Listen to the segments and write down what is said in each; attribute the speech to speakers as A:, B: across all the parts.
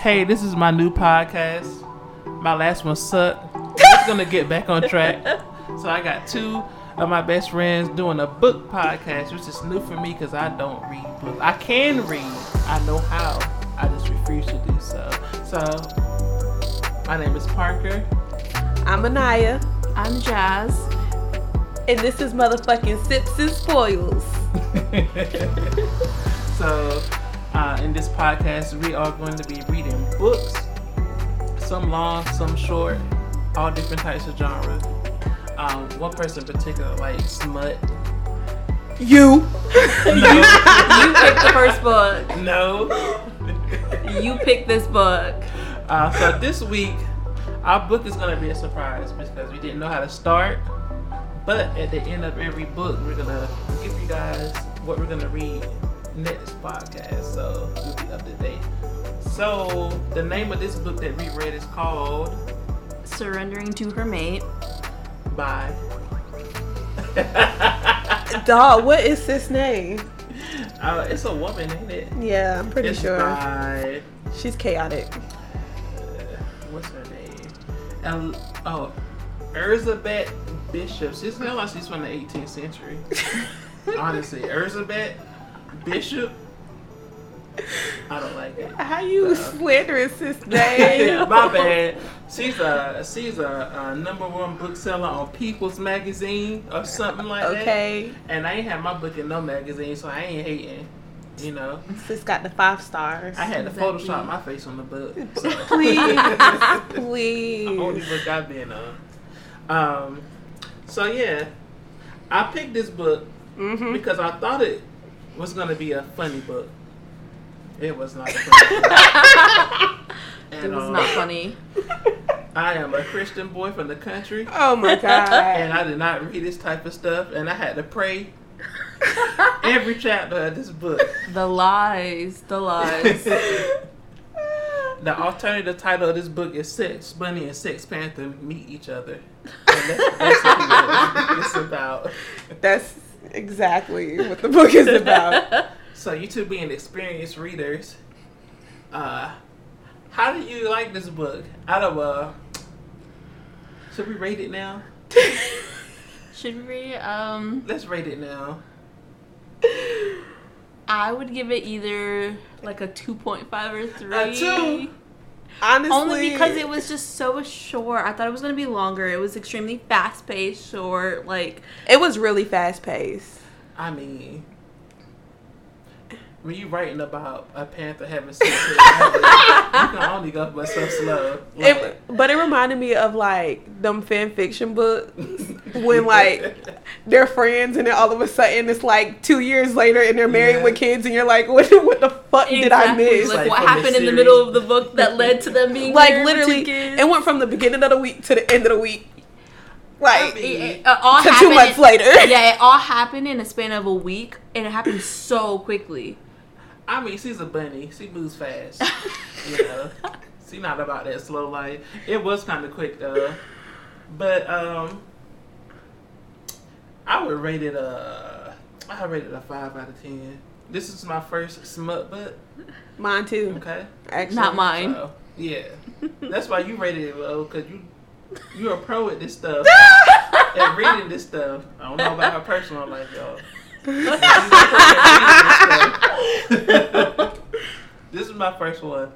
A: Hey, this is my new podcast. My last one sucked. It's gonna get back on track. So I got two of my best friends doing a book podcast, which is new for me because I don't read books. I can read. I know how. I just refuse to do so. So my name is Parker.
B: I'm Anaya,
C: I'm Jazz.
B: and this is motherfucking Sips and Spoils.
A: so, uh, in this podcast, we are going to be reading books, some long, some short, all different types of genre. Um, one person in particular likes smut.
B: You.
A: No,
B: You picked the first book.
A: no.
B: You picked this book.
A: Uh, so this week, our book is going to be a surprise because we didn't know how to start. But at the end of every book, we're gonna give you guys what we're gonna read next podcast, so you'll be up to date. So the name of this book that we read is called
C: Surrendering to her mate.
A: by
B: Dog, what is this name?
A: uh, it's a woman, ain't it?
B: Yeah, I'm pretty
A: it's
B: sure.
A: by
B: She's chaotic.
A: what's her name? El- oh, Elizabeth Bishop. She sounds like she's from the 18th century. Honestly, Elizabeth Bishop. I don't like it.
B: How you slandering this name?
A: Uh, My bad. She's a she's a, a number one bookseller on People's Magazine or something like
B: Okay.
A: that. And I ain't had my book in no magazine, so I ain't hating. You know,
B: Sis got the five stars.
A: I had to
C: Exactly.
A: Photoshop my face on the book. So.
B: Please,
A: only
B: please.
A: book I've been on. Um, so yeah, I picked this book
C: Hmm?
B: Mm-hmm.
A: because I thought it was gonna be a funny book. It was not. A funny book.
C: It
A: At
C: was
A: all.
B: uh,
C: not funny.
A: I am a Christian boy from the country,
B: Oh my
A: and
B: god.
A: I did not read this type of stuff, and I had to pray every chapter of this book.
C: The lies, the lies.
A: the alternative title of this book is Sex Bunny and Sex Panther Meet Each Other. And that's, that's what it's about.
B: That's exactly what the book is about.
A: So you two being experienced readers, uh, how do you like this book? Out of uh, should we rate it now?
C: Should we? Um,
A: Let's rate it now.
C: I would give it either like a 2.5 or 3.
A: two?
B: Honestly,
C: Only because it was just so short. I thought it was going to be longer. It was extremely fast paced, short. Like,
B: it was really fast paced.
A: I mean, when you writing about a panther having sex, with another, you can only go but so slow.
B: It, but it reminded me of like them fan fiction books when like they're friends and then all of a sudden it's like two years later and they're married
A: Yeah.
B: with kids and you're like, what, what the fuck did I
C: exactly,
B: miss?
C: Like,
A: Like,
C: what
A: from the
C: happened in the
A: series.
C: middle of the book that led to them being
B: Like,
C: married with two
B: literally,
C: kids?
B: it went from the beginning of the week to the end of the week,
A: I
B: like
A: mean-
C: It- it- uh, all
B: to two
C: happened-
B: months later.
C: yeah, it all happened in a span of a week, and it happened so quickly.
A: I mean, she's a bunny. She moves fast. you know, she not about that slow life. It was kind of quick though, but um, I would rate it a. I rate it a five out of ten. This is my first smut butt.
B: Mine too,
A: Okay.
B: actually.
C: Not mine.
A: So, yeah. That's why you rated it low, cause you you're a pro at this stuff. at reading this stuff. I don't know about her personal life, y'all. this is my first one.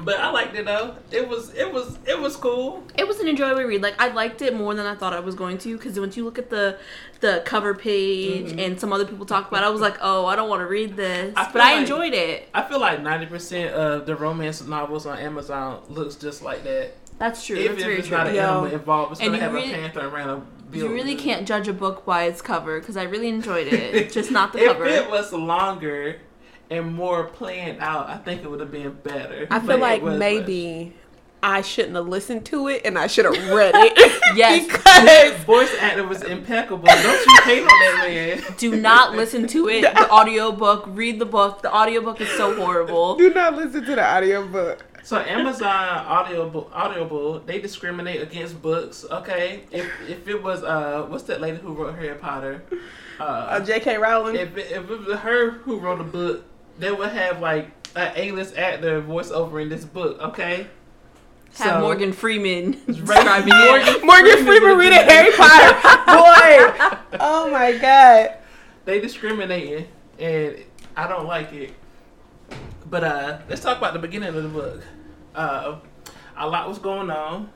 A: But I liked it though. It was it was it was cool.
C: It was an enjoyable read. Like I liked it more than I thought I was going to, because once you look at the the cover page and some other people talk about, it, I was like, oh, I don't want to read this,
A: Mm-hmm. I
C: but
A: feel
C: I
A: like-
C: enjoyed it.
A: I feel like ninety percent of the romance novels on Amazon looks just like that.
C: That's true.
A: Even
C: That's
A: if
C: very
A: it's
C: true.
A: not an
B: Yo.
A: animal involved, it's
C: And
A: gonna
C: you
A: have
C: really-
A: a panther around a
C: you
A: building.
C: really can't judge a book by its cover, because I really enjoyed it, just not the
A: if
C: cover.
A: it was longer and more planned out, I think it would have been better.
B: I
A: But
B: feel
A: it
B: like
A: was-
B: maybe I shouldn't have listened to it and I should have read it.
C: Yes.
B: because
A: voice actor was impeccable. Don't you hate on that man?
C: Do not listen to it. The audiobook, read the book. The audiobook is so horrible.
B: do not listen to the audiobook.
A: So Amazon Audible, Audible, they discriminate against books. Okay, if if it was uh, what's that lady who wrote Harry Potter?
B: Uh,
A: Uh,
B: J.K. Rowling.
A: if it, if it was her who wrote a book, they would have like an A-list actor voiceover in this book. Okay,
C: Have
A: So-
C: Morgan Freeman.
A: Right.
C: describing it.
B: Morgan Freeman reading Harry Potter. Boy, oh my god.
A: they discriminating, and I don't like it. But uh, let's talk about the beginning of the book. Uh, a lot was going on.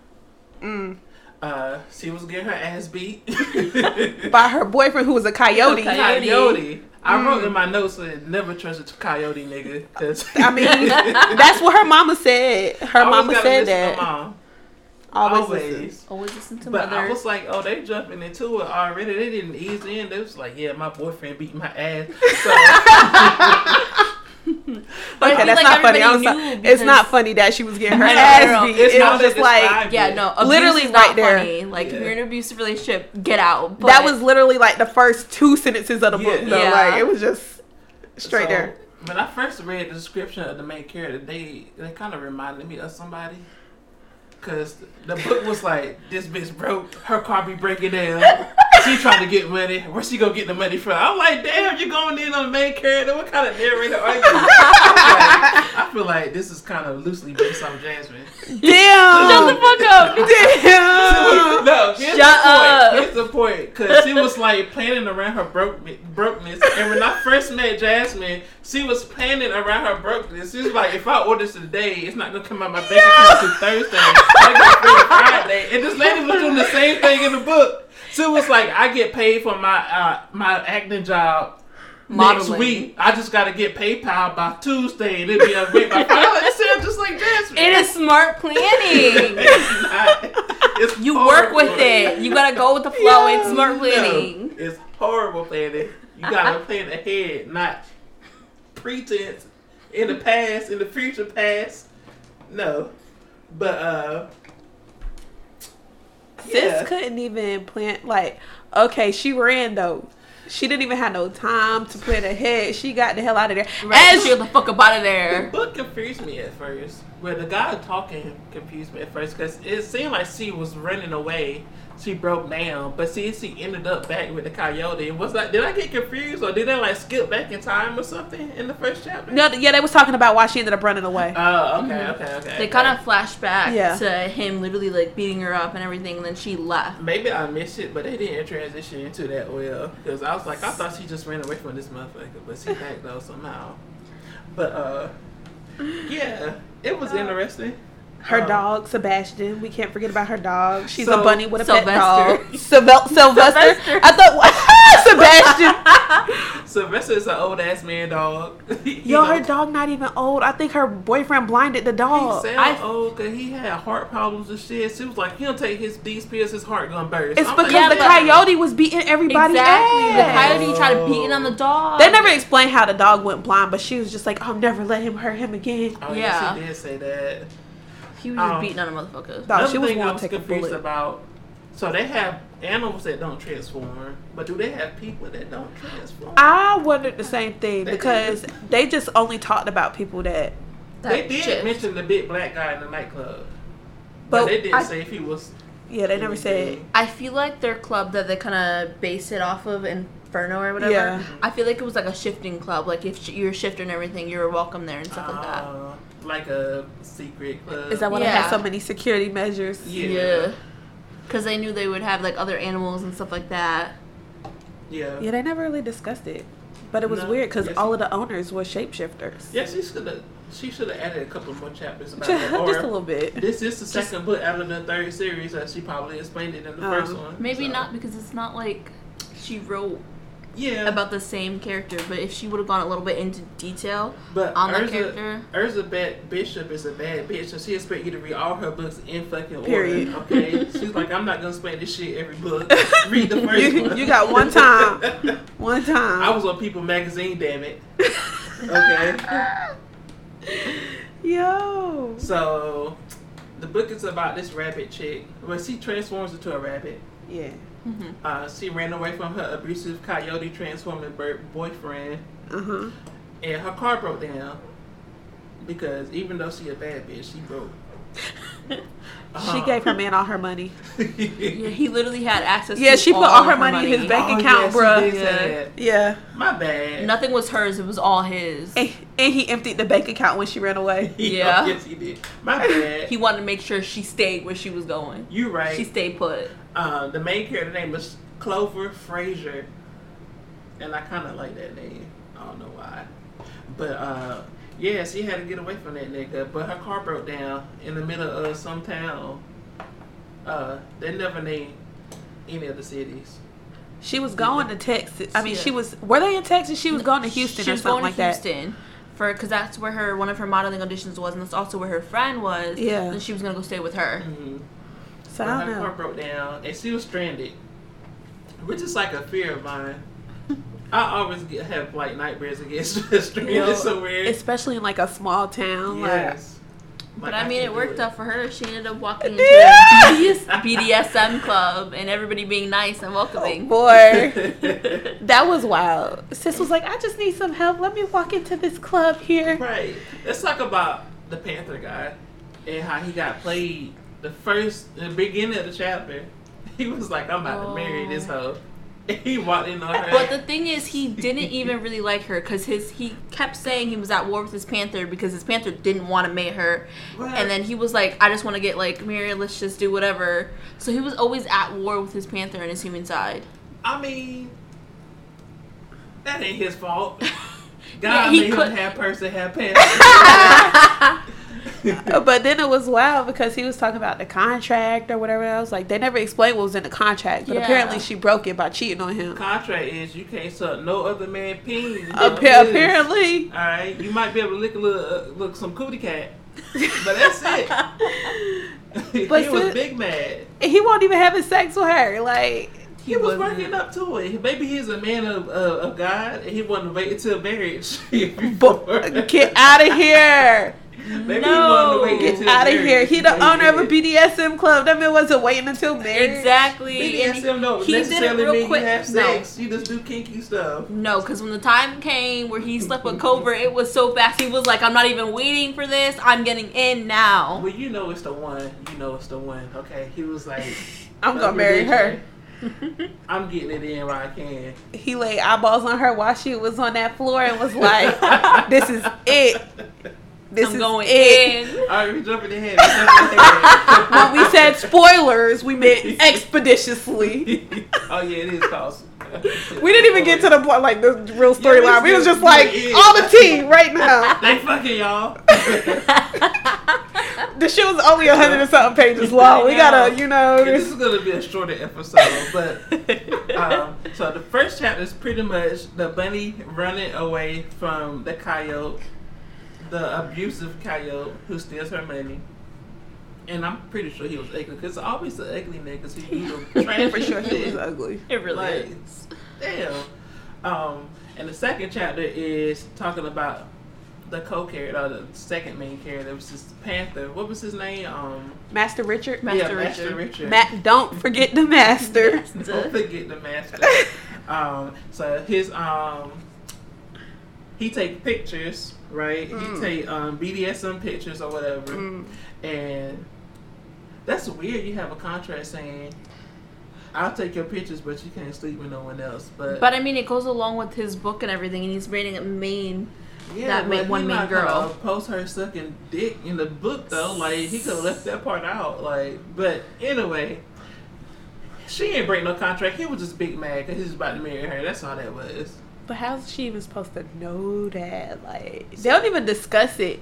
B: Mm.
A: Uh, she was getting her ass beat.
B: By her boyfriend, who was a coyote. Mm.
C: Okay.
A: Coyote.
C: Coyote.
A: I wrote in my notes that never trust a coyote nigga. 'cause-
B: I mean, that's what her mama said. Her
A: I always
B: mama
A: gotta
B: said
A: listen to
B: that.
A: Mom,
B: Always.
A: always.
B: listen.
C: Always listen to
A: But I
C: mother.
A: was like, oh, they jumping into it already. They didn't ease in. They was like, yeah, my boyfriend beat my ass. So
C: But I
B: Okay,
C: feel
B: that's not
C: like
B: funny. I was
C: everybody
B: like,
C: knew
B: it's not
C: because-
B: funny that she was getting her
C: I know,
B: ass
C: girl.
B: beat.
A: it's
B: It
A: not
B: was just like
C: Yeah, no. Abuse
B: Literally
C: is not
B: right there.
C: funny. Like
A: Yeah.
C: if you're in an abusive relationship, get out. But
B: that was literally like the first two sentences of the book.
A: Yeah.
B: Though,
C: Yeah.
B: like it was just straight
A: So,
B: there.
A: When I first read the description of the main character, they they kind of reminded me of somebody. Cause the book was like, this bitch broke, her car be breaking down. She trying to get money. Where she gonna get the money from? I'm like, damn, you going in on the main character? What kind of narrator are you? I'm like, I feel like this is kind of loosely based on Jasmine.
C: shut the
B: Damn.
C: fuck up.
B: Damn.
A: no, here's the
C: Shut
A: point.
C: up.
A: Here's the point. Cause she was like planning around her broke brokenness. And when I first met Jasmine, she was planning around her brokenness. She was like, if I order today, it's not gonna come out my bank account till Thursday. I got paid Friday. And this lady was doing the same thing in the book. She was like, I get paid for my uh, my acting job next
C: Modeling.
A: week. I just gotta get PayPal by Tuesday and it'll be up by Friday. It sounds just like Jasmine.
C: It is smart planning.
A: It's not. It's
C: You work with
A: horrible.
C: it. You gotta go with the flow. It's smart planning. Uh-huh.
A: No, it's horrible planning. You gotta plan ahead, not pretense in the past, in the future past. No. But uh yeah.
B: Sis couldn't even plan. Like, okay, she ran though. She didn't even have no time to plan ahead. She got the hell out of there.
C: Right.
B: As
C: Get the fuck up out of
A: the
C: there.
A: book confused me at first. Where the guy talking confused me at first because it seemed like she was running away. She broke down, but see, she ended up back with the coyote. Was like, did I get confused, or did they like skip back in time or something in the first chapter?
B: no, yeah, they was talking about why she ended up running away.
A: Oh, okay,
B: Mm-hmm.
A: okay, okay.
C: They kind of flash back
B: Yeah.
C: to him literally like beating her up and everything, and then she left.
A: Maybe I missed it, but they didn't transition into that well. Because I was like, I thought she just ran away from this motherfucker, but she back though somehow. But uh, yeah, it was interesting.
B: Uh, Her
A: Um,
B: dog, Sebastian. We can't forget about her dog. She's
A: So-
B: a bunny with a pet
C: Sylvester.
B: dog. Sylve- Sylvester.
C: Sylvester.
B: I thought Sebastian.
A: Sylvester is an old ass man dog. He- he
B: Yo, her
A: don't-
B: dog not even old. I think her boyfriend blinded the
A: He
B: dog.
A: sound
C: I-
A: old because he had heart problems and shit. She was like, he'll take his these pills, his heart gonna burst.
B: It's
A: I'm
B: because
A: like,
C: Yeah,
B: the
C: but-
B: coyote was beating everybody ass.
C: The coyote tried beating on the dog.
B: They never explained how the dog went blind, but she was just like, "I'll never let him hurt him again."
A: Oh yeah, she
C: Yeah.
A: did say that.
C: He was just
A: Um,
C: beating on a motherfucker.
B: Dog,
A: Another
B: she was
A: thing I
B: willing
A: was
B: to take a
A: confused
B: bullet.
A: about. So they have animals that don't transform, but do they have people that don't transform?
B: I wondered the same thing
A: They-
B: because they just only talked about people that.
A: They
C: That
A: did
C: shit.
A: mention the big black guy in the nightclub, but,
B: But
A: they didn't
B: I-
A: say if he was.
B: Yeah, they never said.
A: anything.
C: I feel like their club that they kind of base it off of Inferno or whatever.
B: Yeah.
C: I feel like it was like a shifting club. Like if sh- you were shifting and everything, you were welcome there and stuff like that.
A: Uh, like a secret club.
B: Is that why
C: what
B: they
C: Yeah.
B: had so many security measures?
A: Yeah.
C: Because they knew they would have like other animals and stuff like that.
A: Yeah.
B: Yeah, they never really discussed it, but it was
A: No.
B: weird because
A: Yes.
B: all of the owners were shapeshifters.
A: Yeah, she should have. She should have added a couple more chapters about
B: just,
A: that. Or
B: just a little bit.
A: This is the second book out of the third series that she probably explained it in the
B: Oh.
A: first one.
C: Maybe
A: so-
C: not because it's not like she wrote
A: Yeah.
C: about the same character, but if she would have gone a little bit into detail
A: but
C: on that
A: Urza,
C: character.
A: Urza Bat Bishop is a bad bitch, so she expect you to read all her books in fucking
B: Period.
A: order. Okay, she's like, I'm not gonna explain this shit every book. Read the first
B: You,
A: one.
B: you got one time. One time.
A: I was on People Magazine, damn it. Okay,
B: Yo.
A: so the book is about this rabbit chick. Well, she transforms into a rabbit.
B: Yeah.
C: Mhm.
A: Uh, she ran away from her abusive coyote transforming bird boyfriend.
B: Uh huh.
A: and her car broke down because even though she a bad bitch, she broke.
B: She gave her man all her money.
C: Yeah, he literally had access.
B: Yeah,
C: to
B: she put all her money in his bank account,
A: yes,
B: bruh.
A: he did
C: Yeah.
A: say
B: Yeah.
A: that. My bad.
C: Nothing was hers. It was all his.
B: And, and he emptied the bank account when she ran away.
C: Yeah.
A: yes, he did. My bad.
C: He wanted to make sure she stayed where she was going.
A: you right.
C: She stayed put.
A: um, the main character name was Clover Fraser, and I kind of like that name. I don't know why, but uh, yeah, she had to get away from that nigga. But her car broke down in the middle of some town. Uh, they never named any of the cities.
B: She was going to Texas. I mean,
C: Yeah.
B: she was. Were they in Texas? She was going to Houston
C: She
B: or
C: was
B: something
C: going
B: like
C: to
B: that.
C: Houston for because that's where her one of her modeling auditions was, and that's also where her friend was.
B: Yeah.
C: and she was gonna go stay with her.
A: Mm-hmm.
B: So
A: But
B: I
A: her
B: don't
A: car
B: know.
A: broke down, and she was stranded, which is like a fear of mine. I always get, have like nightmares against stranded
B: Yo,
A: somewhere.
B: Especially in like a small town.
A: yes,
C: But I mean, it worked out for her. She ended up walking into
B: Yeah.
C: a BDS, BDSM club and everybody being nice and
B: Like, oh,
C: welcoming.
B: boy.
A: for.
B: That was wild. Sis was like, I just need some help. Let me walk into this club here.
A: Right. Let's talk about the Panther guy and how he got played. The first, the beginning of the chapter, he was like, "I'm about to marry this hoe." And he walked in on her.
C: Oh. But the thing is, he didn't even really like her because his he kept saying he was at war with his panther because his panther didn't want to mate her,
A: What?
C: and then he was like, "I just want to get like married. Let's just do whatever." So he was always at war with his panther and his human side.
A: I mean, that ain't his fault. God
C: Yeah, he
A: made
C: could-
A: him have person, have pants.
B: But then it was wild because he was talking about the contract or whatever else. Like, they never explained what was in the contract, but
C: Yeah.
B: apparently she broke it by cheating on him.
A: Contract is you can't suck no other man peen.
B: Appa- apparently.
A: All right, you might be able to lick a little, uh, look some cootie cat, but that's it. he
B: But
A: was
B: sis-
A: big mad.
B: He won't even having sex with her. Like,
A: He was
C: wasn't-
A: working up to it. Maybe he's a man of, of, of God and he wanted to wait until marriage.
B: bu- get out of here.
A: Maybe
C: No.
A: he wanted to wait
B: Get
A: until
B: out of here.
A: marriage
B: He the
A: before
B: owner of a
A: did it.
B: BDSM club. That man wasn't waiting until marriage.
C: Exactly. and
A: BDSM don't
C: he did it
A: necessarily
C: real
A: mean
C: quick.
A: you have
C: No.
A: sex. You just do kinky stuff.
C: No, because when the time came where he slept with Cobra, it was so fast. He was like, I'm not even waiting for this. I'm getting in now.
A: Well, you know it's the one. You know it's the one. Okay. He was like,
B: I'm going to marry her.
A: I'm getting it in where I can.
B: He laid eyeballs on her while she was on that floor and was like, this is it. This
C: I'm
B: is
C: going
B: it.
C: in.
A: All right, we jumping ahead. We jumping ahead.
B: When we said spoilers, we meant expeditiously.
A: oh yeah, it is cause.
B: We didn't even get to the point, like the real storyline. We was just like,
A: Yeah.
B: all the tea right now.
A: They fucking y'all.
B: The shit was only a hundred and something pages long. We gotta, you know,
A: this
B: this-
A: is gonna be a shorter episode, but um, so the first chapter is pretty much the bunny running away from the coyote, the abusive coyote who steals her money. And I'm pretty sure he was ugly because always the ugly niggas who do the trash
B: for sure he
A: shit.
B: was ugly.
C: It really
A: Like,
C: is.
A: damn. Um, and the second chapter is talking about the co-character, or the second main character, which is Panther. What was his name? Um,
B: Master Richard.
C: Master
A: yeah, Master
C: Richard.
A: Richard.
B: Matt, don't forget the master.
A: Don't forget the master. um, so his um, he take pictures, right?
C: Mm.
A: He take um BDSM pictures or whatever,
B: Mm.
A: and that's weird. You have a contract saying, "I'll take your pictures, but you can't sleep with no one else." But,
C: But I mean, it goes along with his book and everything, and he's reading a main.
A: yeah, but
C: that ma-
A: he
C: one main
A: not
C: girl.
A: gonna post her sucking dick in the book though. Like he could have left that part out. Like, but anyway. She ain't break no contract. He was just big mad because he was about to marry her. That's all that was.
B: But how's she even supposed to know that? Like, they don't even discuss it.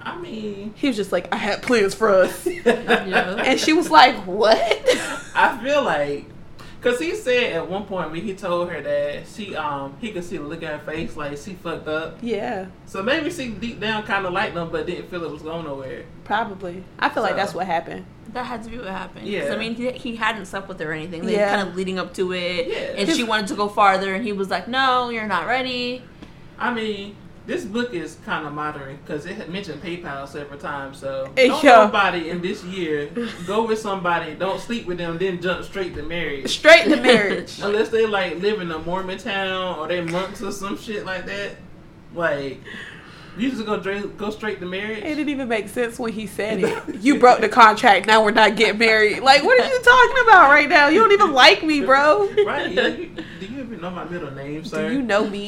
A: I mean,
B: He was just like, I had plans for us.
A: yeah.
B: And she was like, What?
A: I feel like, cause he said at one point when he told her that she, um, he could see the look at her face like she fucked up.
B: yeah,
A: So maybe she deep down kind of liked them, but didn't feel it was going nowhere.
B: probably. I feel like
A: So-
B: that's what happened.
C: That had to be what happened. 'Cause,
A: Yeah.
C: I mean, he, he hadn't slept with her or anything. They
B: Yeah.
C: kind of leading up to it.
A: Yeah.
C: And she wanted to go farther, and he was like, No, you're not ready.
A: I mean, this book is kind of modern because it had mentioned PayPal several times. So
B: Eh,
A: don't
B: yeah.
A: nobody in this year go with somebody, don't sleep with them, then jump straight to marriage.
B: Straight to marriage.
A: Unless they like live in a Mormon town or they monks or some shit like that. Like You just gonna dra- go straight to marriage?
B: It didn't even make sense when he said it. You broke the contract. Now we're not getting married. Like, what are you talking about right now? You don't even like me, bro.
A: Right? yeah, you- do you even know my middle name, sir?
B: Do you know me?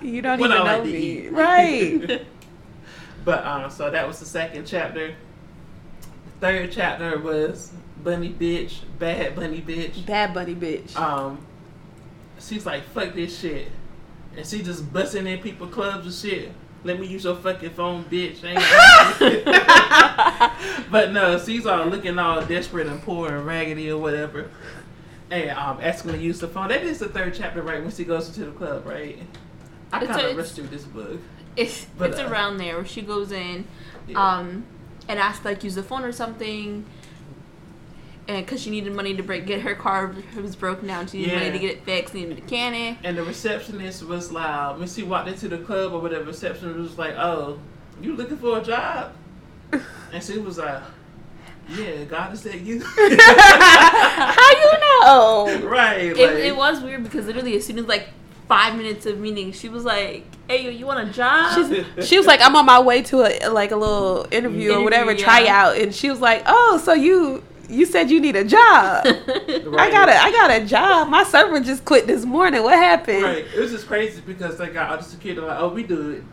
B: You don't
A: What I
B: even
A: like to
B: know me.
A: eat.
B: Right.
A: but um, so that was the second chapter. The third chapter was bunny bitch, bad bunny bitch.
B: Bad bunny bitch.
A: Um, she's like fuck this shit, and she just busting in people clubs and shit. Let me use your fucking phone, bitch. Ain't- but no, she's all looking all desperate and poor and raggedy or whatever. And um, asking to use the phone. That is the third chapter, right? When she goes into the club, right? I
C: It's a-
A: kind of
C: it's-
A: rushed through this book.
C: It's
A: But,
C: it's
A: uh,
C: around there where she goes in,
A: Yeah.
C: um, and asks like use the phone or something, and because she needed money to break get her car was broken down, she needed money
A: Yeah.
C: to get it fixed, needed a mechanic.
A: And the receptionist was loud. When she walked into the club or whatever, receptionist was like, "Oh, you looking for a job?" And she was like, "Yeah, God is at you."
B: How you know?
A: right.
C: It,
A: like,
C: it was weird because literally as soon as like five minutes of meeting, she was like, "Hey, you- you want a job?"
B: She was like, I'm on my way to a like a little interview or whatever
C: Interview, yeah.
B: tryout, and she was like, Oh, so you you said you need a job. I
A: Right.
B: got a I got a job. My server just quit this morning. What happened?
A: Right. It was just crazy because they got all the security like, "Oh, we do it."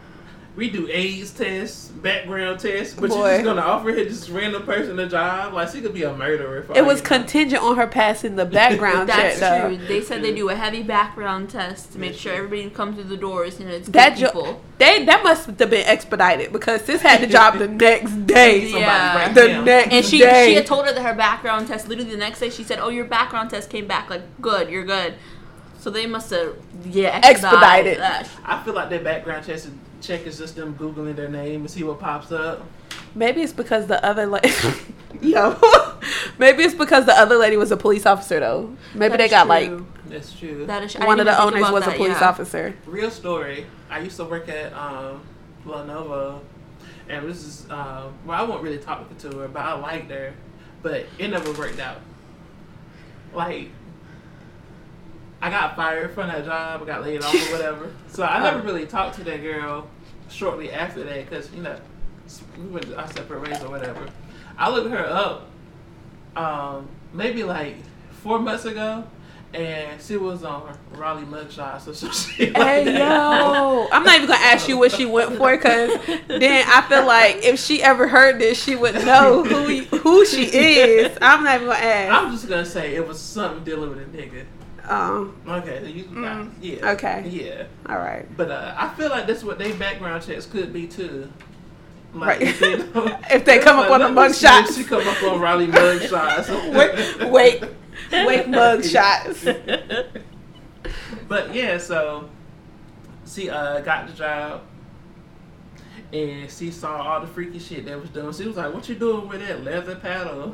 A: We do AIDS tests, background tests, but you're
B: Boy.
A: just gonna offer her this random person a job? Like she could be a murderer. For
B: It
A: all
B: was
A: you know.
B: contingent on her passing the background check.
C: That's
B: Though.
C: true. They said they do a heavy background test to make sure everybody who comes through the doors, you know, it's
B: That
C: good
B: jo-
C: people.
B: They that must have been expedited because sis had the job the next day.
C: Yeah.
A: Somebody right
B: The
A: now.
B: next
C: And she
B: day.
C: she had told her that her background test literally the next day she said, "Oh, your background test came back like good, you're good." So they must have yeah
B: Expedited.
C: that.
A: I feel like their background check is, check is just them googling their name and see what pops up.
B: Maybe it's because the other lady. Yo. Maybe it's because the other lady was a police officer though. Maybe
C: That
B: they
C: is
B: got
C: true.
B: like
A: That's true.
C: that is, I
B: one of
C: didn't
B: the
C: even think
B: owners
C: about
B: was a
C: that,
B: police
C: yeah.
B: officer.
A: Real story. I used to work at um, Lenovo, and this is um, well, I won't really talk to her, but I liked her, but it never worked out. Like, I got fired from that job. I got laid off or whatever. So I never really talked to that girl shortly after that because you know we went our separate ways or whatever. I looked her up um, maybe like four months ago, and she was on Raleigh mugshot. So she like
B: Hey yo, I'm not even gonna ask you what she went for because then I feel like if she ever heard this, she would know who y- who she is. I'm not even gonna ask.
A: I'm just gonna say it was something dealing with a nigga.
B: Um,
A: Okay, so you,
B: Mm,
A: yeah,
B: okay.
A: yeah.
B: all right.
A: But uh, I feel like that's what they background checks could be too.
B: Right. If they come up on the
A: Let me see if
B: mugshots.
A: she come up on Raleigh mugshots.
B: Wait, wait, wait, mug shots.
A: But yeah, so she uh, got the job, and she saw all the freaky shit that was done. She was like, "What you doing with that leather paddle,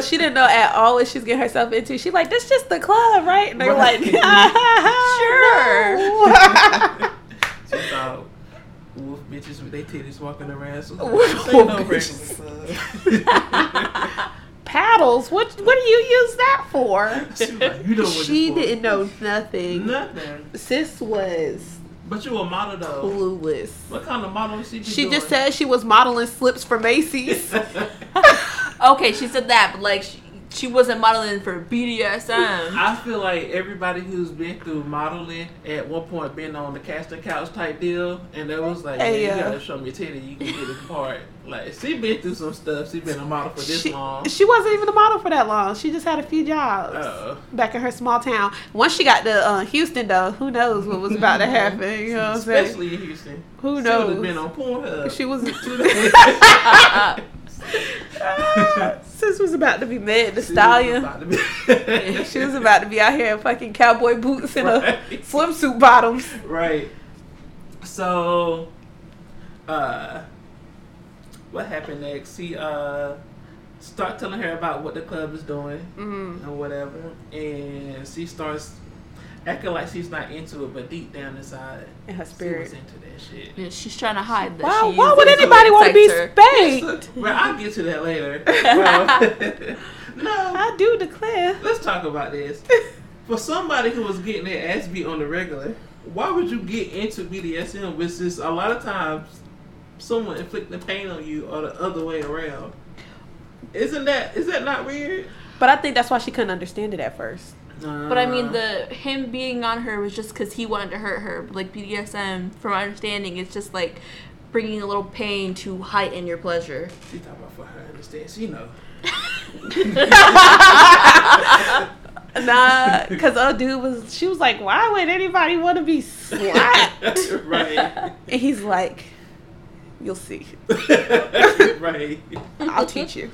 B: she didn't know at all what she's getting herself into. She like, that's just the club, right? And they're
A: Right.
B: like, sure.
A: She saw wolf bitches with their titties walking around. So
B: Wolf
A: they no
B: bitches.
A: regular son.
B: Paddles? What? What do you use that for?
A: She was like, you know what
B: She
A: it's for."
B: didn't know nothing.
A: nothing.
B: Sis was
A: But you a model though.
B: clueless.
A: What kind of model she? Be
B: She
A: doing?
B: just said she was modeling slips for Macy's.
C: Okay, she said that, but like she, she wasn't modeling for BDSM.
A: I feel like everybody who's been through modeling at one point been on the casting couch type deal, and they was like,
B: Hey,
A: "Yeah, you
B: yeah.
A: gotta show me titty, you can get the part." Like she been through some stuff. She been a model for this
B: she,
A: long.
B: she wasn't even a model for that long. She just had a few jobs
A: Uh,
B: back in her small town. Once she got to uh, Houston, though, who knows what was about to happen? You know what I'm saying?
A: especially in Houston.
B: Who
A: she
B: knows?
A: She been on Pornhub.
B: She was.
A: Two days.
B: Sis was about to be mad the
A: She was
B: stallion.
A: about to be-
B: She was about to be out here in fucking cowboy boots and a
A: Right.
B: swimsuit bottoms.
A: Right. So, uh, what happened next? He uh, start telling her about what the club is doing
B: Mm.
A: and whatever, and she starts acting like she's not into it, but deep down inside,
B: In her
A: she was
B: spirit.
A: into that shit.
C: Yeah, She's trying to hide that.
B: Why,
C: she
B: why
C: is
B: would
C: into
B: anybody
C: it,
B: want to be
C: sex her.
B: spanked?
A: Well, I'll get to that later. Well, no,
B: I do declare.
A: let's talk about this. For somebody who was getting their ass beat on the regular, why would you get into BDSM, which is a lot of times someone inflicting pain on you or the other way around? Isn't that is that not weird?
B: But I think that's why she couldn't understand it at first.
C: But I mean, the him being on her was just because he wanted to hurt her. But, Like BDSM, from my understanding, it's just like bringing a little pain to heighten your pleasure.
A: she talking about for her understands. You know,
B: Nah, because old dude was, she was like, why would anybody want to be slapped?
A: right,
B: and he's like, you'll see.
A: right.
B: I'll teach you.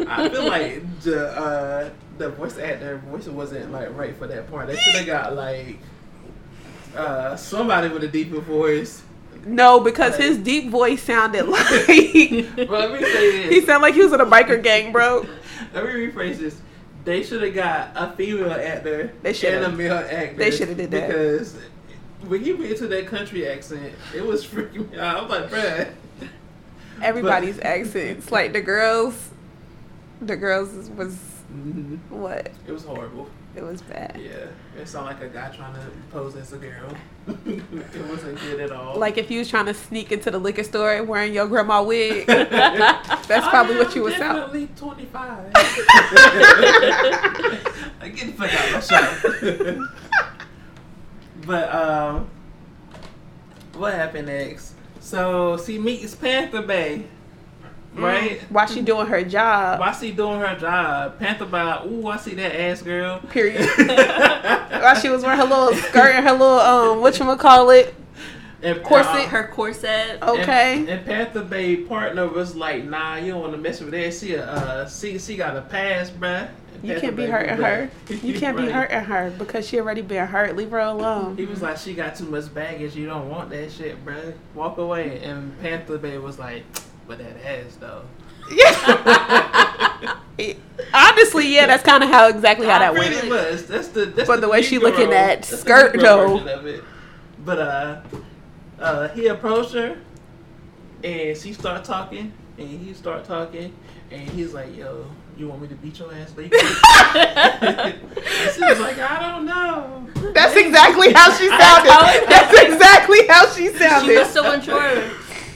A: I feel like the uh, the voice actor voice wasn't like right for that part. They should have got like uh, somebody with a deeper voice.
B: No, because his deep voice sounded like
A: But
B: he
A: let me say this.
B: sounded like he was in a biker gang, bro.
A: Let me rephrase this. They should have got a female actor
B: They should've.
A: and a male actor.
B: They should've did that.
A: Because when you went into that country accent, it was freaking me out. I was like, bruh.
B: Everybody's accents, like the girls, the girls was Mm-hmm.
A: Mhm.
B: what
A: It was horrible.
B: it was bad.
A: Yeah. It sounded like a guy trying to pose as a girl. it wasn't good at all.
B: Like if you was trying to sneak into the liquor store wearing your grandma wig,
A: that's
B: that's probably what you was sound.
A: definitely 25. I get the fuck out of my shop. but um, what happened next? So she meets Panther Bay,
B: Mm.
A: right?
B: While she doing her job,
A: Why she doing her job? Panther Bay, ooh, I see that ass girl.
B: period. While she was wearing her little skirt and her little um, what you call it?
A: and, uh,
B: Corset.
C: Her corset.
B: Oh. Okay.
A: And, and Panther Bay partner was like, nah, you don't want to mess with that. She, a, uh, she, she got a pass, bruh. And
B: You
A: Panther
B: can't be
A: Bay
B: hurting
A: was
B: her.
A: like-
B: You can't be
A: Right.
B: hurting her because she already been hurt. Leave her alone.
A: He was like, she got too much baggage. You don't want that shit, bruh. Walk away. And Panther Bay was like, but that ass though.
B: Honestly, yeah, that's kind of how exactly how that went.
A: Pretty much. That's the. That's
B: But the way
A: new
B: she looking
A: girl-
B: at
A: that's the new
B: skirt,
A: girl
B: though.
A: version of it. But uh, uh, he approached her, and she start talking, and he start talking, and he's like, yo. You want me to beat your ass later? And she was like, I don't know.
B: That's exactly how she sounded. That's exactly how she
C: She
B: sounded.
C: was so unsure.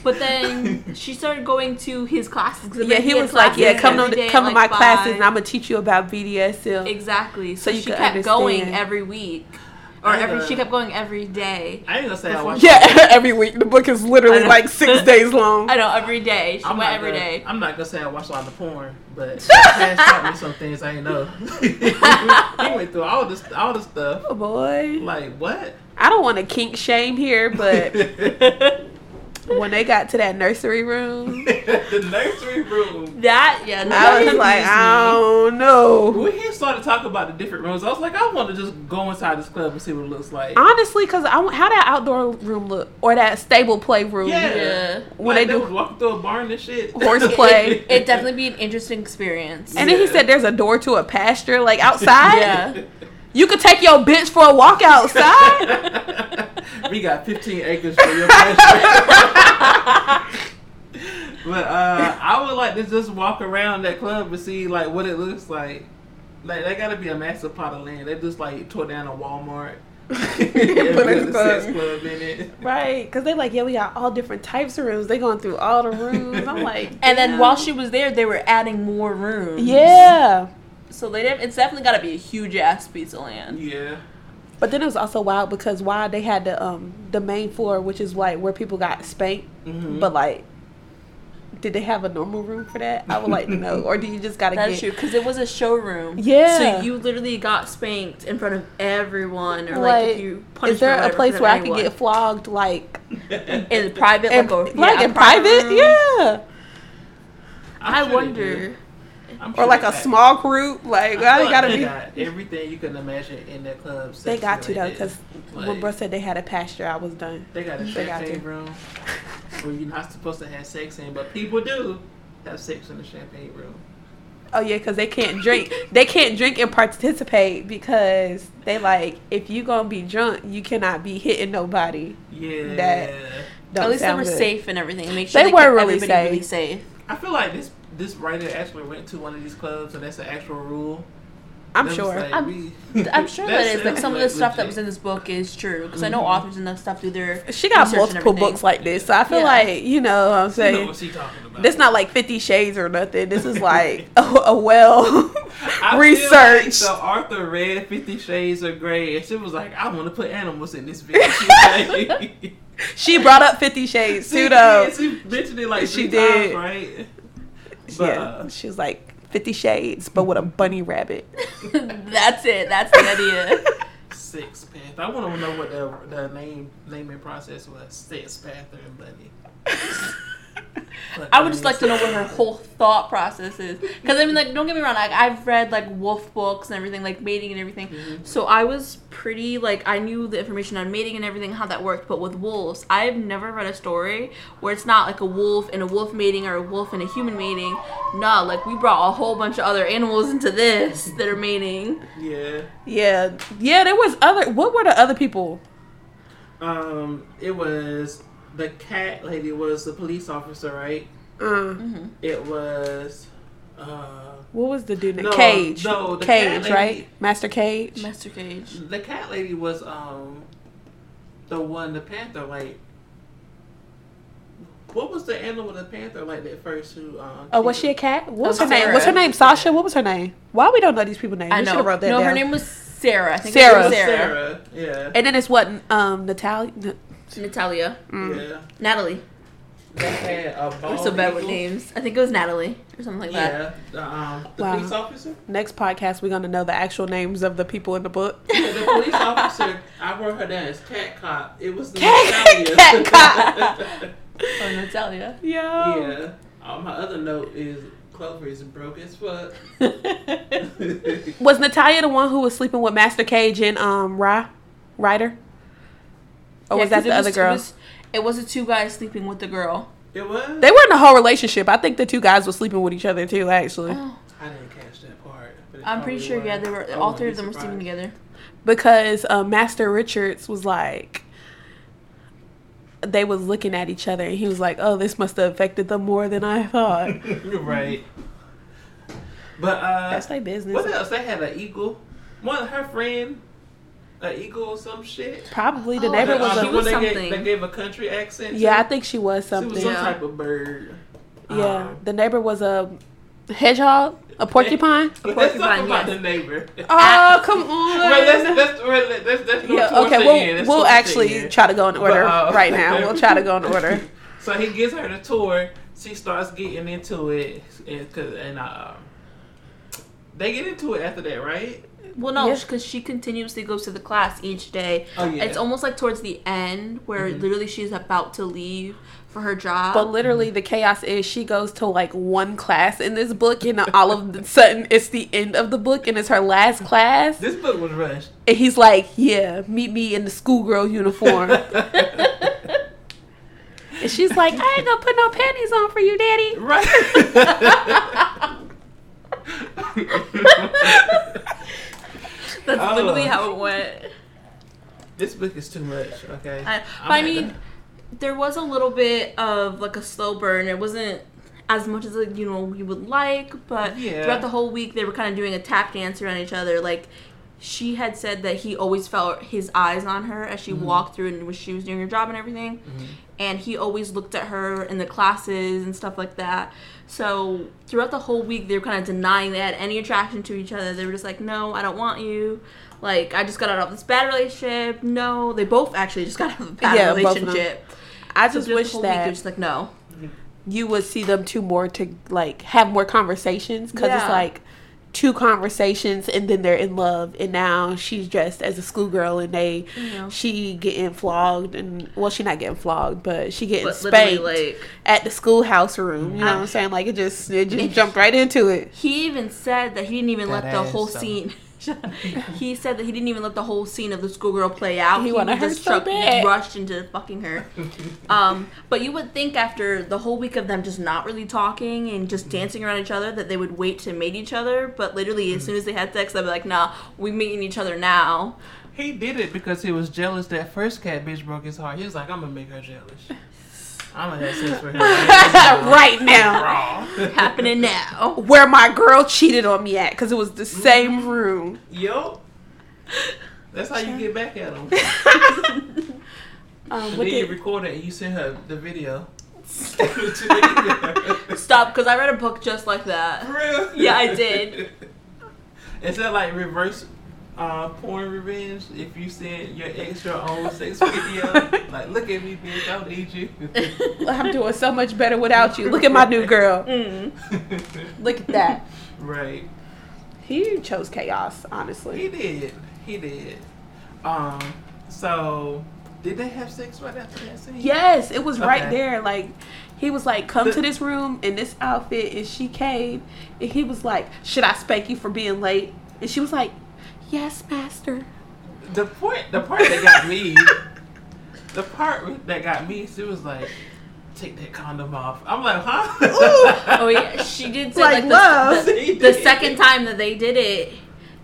C: But then she started going to his classes. 'cause
B: Yeah,
C: had
B: he was like,
C: classes
B: yeah, come
C: every
B: to
C: day
B: come to
C: at,
B: my
C: like,
B: classes
C: five.
B: and I'm gonna teach you about BDSM.
C: Exactly. So,
B: you
C: she
B: could
C: kept going
B: understand.
C: every week, or
A: I,
C: every
A: uh,
C: she kept going every day.
A: I ain't gonna say I watched
B: Yeah, every week the book is
C: I
B: literally
C: know.
B: like six days long.
C: I know every day she
A: I'm
C: went
A: not
C: every
A: gonna,
C: day.
A: Oh I'm not gonna say I watch a lot of porn, but Chaz taught me some things I ain't know. he went through all this, all this stuff.
B: Oh boy,
A: Like what?
B: I don't want to kink shame here, but
A: the
B: when they got to that nursery room,
A: nursery room.
C: That yeah, that
B: I was like,
C: confused
B: I don't know.
A: When he started talking about the different rooms, I was like, I want to just go inside this club and see what it looks like.
B: Honestly, cause I want- how that outdoor room look or that stable play room.
A: Yeah.
C: me. yeah.
B: when
A: like,
B: they do-
A: was walking through a barn and shit.
B: Horseplay.
C: It definitely be an interesting experience.
B: And then he
A: Yeah.
B: said there's a door to a pasture like outside.
C: yeah,
B: You could take your bitch for a walk outside.
A: we got 15 acres for your pleasure. but uh, I would like to just walk around that club and see like what it looks like. Like that got to be a massive pot of land. They just like tore down a Walmart. and put
B: a
A: a
B: club.
A: sex club in it.
B: Right, because they like, yeah, we got all different types of rooms. They going through all the rooms. I'm like,
C: and then
B: damn.
C: while she was there, they were adding more rooms.
B: yeah,
C: so they def- it's definitely got to be a huge ass piece of land.
A: Yeah.
B: but then it was also wild because why they had the um the main floor, which is like where people got spanked,
A: Mhm.
B: but like, did they have a normal room for that? I would like to know, or do you just gotta
C: That's true
B: get
C: because it was a showroom.
B: Yeah.
C: so you literally got spanked in front of everyone, or like,
B: Like,
C: if you
B: Is there a
C: punishment or
B: place
C: whatever
B: where I
C: for
B: could get
C: anyone.
B: flogged, like,
C: in private,
B: in, like,
C: like, a, Mm-hmm. yeah,
B: in private?
C: room.
B: Yeah,
A: I'm
C: I
A: sure they
C: wonder.
A: do. I'm sure
B: or like
A: they
B: a
A: got-
B: small group? Like,
A: I
B: I,
A: feel like
B: gotta
A: they
B: be.
A: got everything you can imagine in that club.
B: They got
A: section
B: to though,
A: like
B: because
A: this.
B: when
A: Like-
B: Bro said they had a pasture, I was done.
A: They got a
B: They got
A: champagne
B: to.
A: room where you're not supposed to have sex in, but people do have sex in the champagne room.
B: Oh yeah, because they can't drink. they can't drink and participate because they like if you gonna be drunk, you cannot be hitting nobody.
A: Yeah.
B: That- Don't
C: At least they
B: sound
C: were
B: good.
C: safe and everything. Make sure
B: They
C: they,
B: were
C: kept
B: really
C: everybody
B: safe.
C: really safe.
A: I feel like this this writer actually went to one of these clubs, and that's an actual rule.
B: I'm
A: That was
B: sure.
A: like,
C: I'm-
A: we-
C: I'm sure that
A: That's
C: is like some of the stuff that was
A: legit.
C: in this book is true because I know authors and that stuff do their.
B: she got
C: research and
B: multiple
C: everything.
B: books like this, so I feel
C: Yeah.
B: like you know what I'm
A: You know
B: saying.
A: what she talking about.
B: This not like Fifty Shades or nothing. This is like a, a well
A: I feel like
B: researched.
A: so Arthur read Fifty Shades of Grey, and she was like, "I want to put animals in this bitch." She was like-
B: She brought up Fifty Shades
A: She
B: too, though.
A: did. She mentioned it like
B: She
A: she
B: did.
A: did, right? But,
B: Yeah,
A: uh,
B: she was like Fifty Shades, but with a bunny rabbit.
C: That's it. That's the idea.
A: Six Panther. I want to know what the the name naming process was. Six Panther and Bunny. But
C: I would just like
A: Bunny's-
C: to know what her whole thought process is. Because, I mean, like, don't get me wrong, like, I've read, like, wolf books and everything, like, mating and everything.
B: Mm-hmm.
C: So I was pretty, like, I knew the information on mating and everything, how that worked. But with wolves, I've never read a story where it's not, like, a wolf and a wolf mating or a wolf and a human mating. No, like, we brought a whole bunch of other animals into this that are mating.
A: Yeah.
B: Yeah, yeah. There was other. What were the other people?
A: Um. It was the cat lady was the police officer, right?
C: Mm.
B: Uh,
A: It was. Uh,
B: what was the dude? name?
A: No,
B: Cage.
A: no, the cat
B: Cage,
A: lady-
B: right? Master Cage.
C: Master Cage.
A: The cat lady was um the one the panther like. What was the animal the panther like that first? Who um,
B: Oh, was she a cat? What was her
C: Oh,
B: name?
C: Sarah.
B: What's her name? Sasha. What was her name? Why we don't know these people names?
C: I
B: we should
C: know.
B: have wrote that
C: no,
B: down.
C: her name was Sarah. I think
B: Sarah.
C: It was Sarah.
A: Sarah. Yeah.
B: and then it's what um Natalia. N-
C: Natalia.
A: Yeah.
C: Natalie.
A: They had a
C: I'm
B: Oh,
A: bald
C: so Mm. bad with
A: eagle.
C: names. I think it was Natalie or something like that.
A: Yeah. The, um, the
B: Wow.
A: police officer.
B: Next podcast, we're gonna know the actual names of the people in the book.
A: Yeah, the police officer. I wrote her down as cat cop. It was the
B: Cat-
A: Natalia.
B: Cat Cop.
C: Oh, Natalia.
B: Yo.
C: Oh.
A: yeah. Uh, my other note is Clover is broke as fuck.
B: Was Natalia the one who was sleeping with Master Cage and um Ra, Ryder? Or was that the other girl?
C: It was, it was the two guys sleeping with the girl.
A: it was.
B: They were in a whole relationship. I think the two guys were sleeping with each other too. Actually,
C: Uh.
A: I didn't catch that part. but it
C: Oh, I'm pretty
A: probably
C: sure, yeah,
A: was.
C: they were.
A: I
C: All
A: wouldn't
C: three
A: be
C: of them were sleeping
A: surprised.
C: together.
B: because uh, Master Richards was like, they was looking at each other, and he was like, "Oh, this must have affected them more than I thought."
A: You're right. But uh,
B: That's their business.
A: what else? They had an eagle. One of her friend, an eagle or some shit.
B: Probably the
C: Oh,
B: neighbor
C: That
B: was
A: uh,
C: she
A: the
B: a
A: one
C: was
A: they
C: something.
A: gave, they gave a country accent. to?
B: yeah, I think she was
A: she was
B: something.
A: some
C: Yeah.
A: type of bird.
B: Yeah,
A: Um,
B: the neighbor was a hedgehog, a porcupine.
A: Let's talk
C: porcupine,
A: about
C: yes.
A: the neighbor.
B: Oh come on!
A: Well, that's that's well, that's that's, that's
B: yeah,
A: towards
B: okay,
A: the
B: we'll
A: end. That's
B: we'll
A: towards the
B: actually
A: end.
B: try to go in order
A: uh,
B: right now. We'll try to go in order.
A: So he gives her the tour. She starts getting into it, and, 'cause- and uh, they get into it after that, right?
C: Well, no,
B: Yeah.
C: because she continuously goes to the class each day.
A: Oh, yeah.
C: It's almost like towards the end where
B: Mm-hmm.
C: literally she's about to leave for her job.
B: But literally, the chaos is she goes to like one class in this book, and all of a sudden it's the end of the book, and it's her last class.
A: This book was rushed.
B: And he's like, "Yeah, meet me in the schoolgirl uniform." and she's like, "I ain't gonna put no panties on for you, daddy."
A: Right.
C: That's
A: Oh.
C: literally how it went.
A: this book is too much. Okay.
C: I,
A: I'm
C: but I
A: not
C: mean,
A: gonna-
C: there was a little bit of like a slow burn. It wasn't as much as like, you know we would like, but
A: Yeah.
C: throughout the whole week they were kind of doing a tap dance around each other. Like she had said that he always felt his eyes on her as
B: Mm-hmm.
C: she walked through and when she was doing her job and everything, and he always looked at her in the classes and stuff like that. So throughout the whole week they were kind of denying they had any attraction to each other. They were just like, no, I don't want you. Like I just got out of this bad relationship. No, they both actually just got out of a bad
B: Yeah, both of them.
C: relationship.
B: I
C: So
B: just
C: throughout the
B: wish
C: whole
B: that
C: week, it's like no.
B: you would see them two more to like have more conversations because it's
C: Yeah.
B: like two conversations and then they're in love and now she's dressed as a schoolgirl and they
C: Yeah.
B: she getting flogged and well she not getting flogged but she getting
C: But
B: spanked
C: literally, like
B: at the schoolhouse room you know
C: I-
B: what i'm saying like it just it just jumped right into it
C: he even said that he didn't even
A: That
C: let the
A: ass,
C: whole
A: though.
C: scene. he said that he didn't even let the whole scene of the schoolgirl play out.
B: He wanna hurt
C: was
B: so bad.
C: rushed into fucking her. um, but you would think after the whole week of them just not really talking and just dancing around each other that they would wait to mate each other. But literally, as soon as they had sex, they'd be like, "Nah, we meeting each other now."
A: he did it because he was jealous that first cat bitch broke his heart. He was like, I'm gonna make her jealous. I'm gonna have sex with her.
B: right now
A: Raw.
C: happening now.
B: Where my girl cheated on me at because it was the same room.
A: Yo. That's how you get back at them.
B: Um,
A: then
B: what
A: you
B: did,
A: record it and you send her the video.
C: Stop, because I read a book just like that.
A: Real?
C: Yeah, I did.
A: Is that like reverse uh, porn revenge? If you send your ex your own sex video, like look at me, bitch, I don't need you.
B: I'm doing so much better without you. Look at my new girl.
C: Mm.
B: Look at that.
A: right.
B: He chose chaos, honestly.
A: He did. He did. Um. So, did they have sex right after that scene?
B: Yes, it was right
A: Okay.
B: there. Like he was like, "Come
A: The-
B: to this room in this outfit," and she came, and he was like, "Should I spank you for being late?" And she was like, "Yes, master."
A: The point. The part that got me. the part that got me. She was like, "Take that condom off." I'm like, huh?
C: Oh yeah, she did say
B: Like
C: like,
B: love.
C: the, the, the second time that they did it,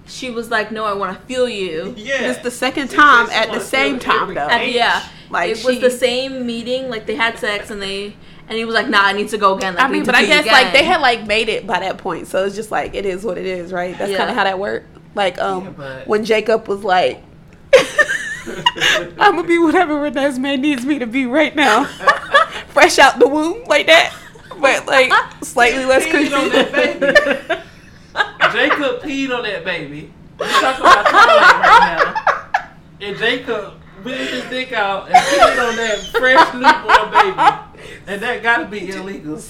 C: she was like, "No, I want to feel you."
A: Yeah.
B: It's the second
A: She
B: time
A: just
B: at the
A: wanna
B: same
A: feel
B: time
A: every
B: though.
C: At the- yeah,
B: Like
C: it was
B: she-
C: the same meeting. Like they had sex and they and he was like, "Nah, I need to go again." Like,
B: I
C: we
B: mean,
C: need
B: but
C: to
B: I
C: do
B: guess
C: it
B: like
C: again."
B: they had like made it by that point, so it's just like it is what it is, right? That's
C: Yeah.
B: kind of how that worked. Like um,
A: Yeah, but-
B: when Jacob was like, "I'm gonna be whatever Renee's man needs me to be right now," fresh out the womb like that, but like slightly less
A: peed on that
B: creepy.
A: baby. Jacob peed on that baby. We talking about Twilight right now. And Jacob whipped his dick out and peed on that fresh newborn baby. And that gotta be illegal.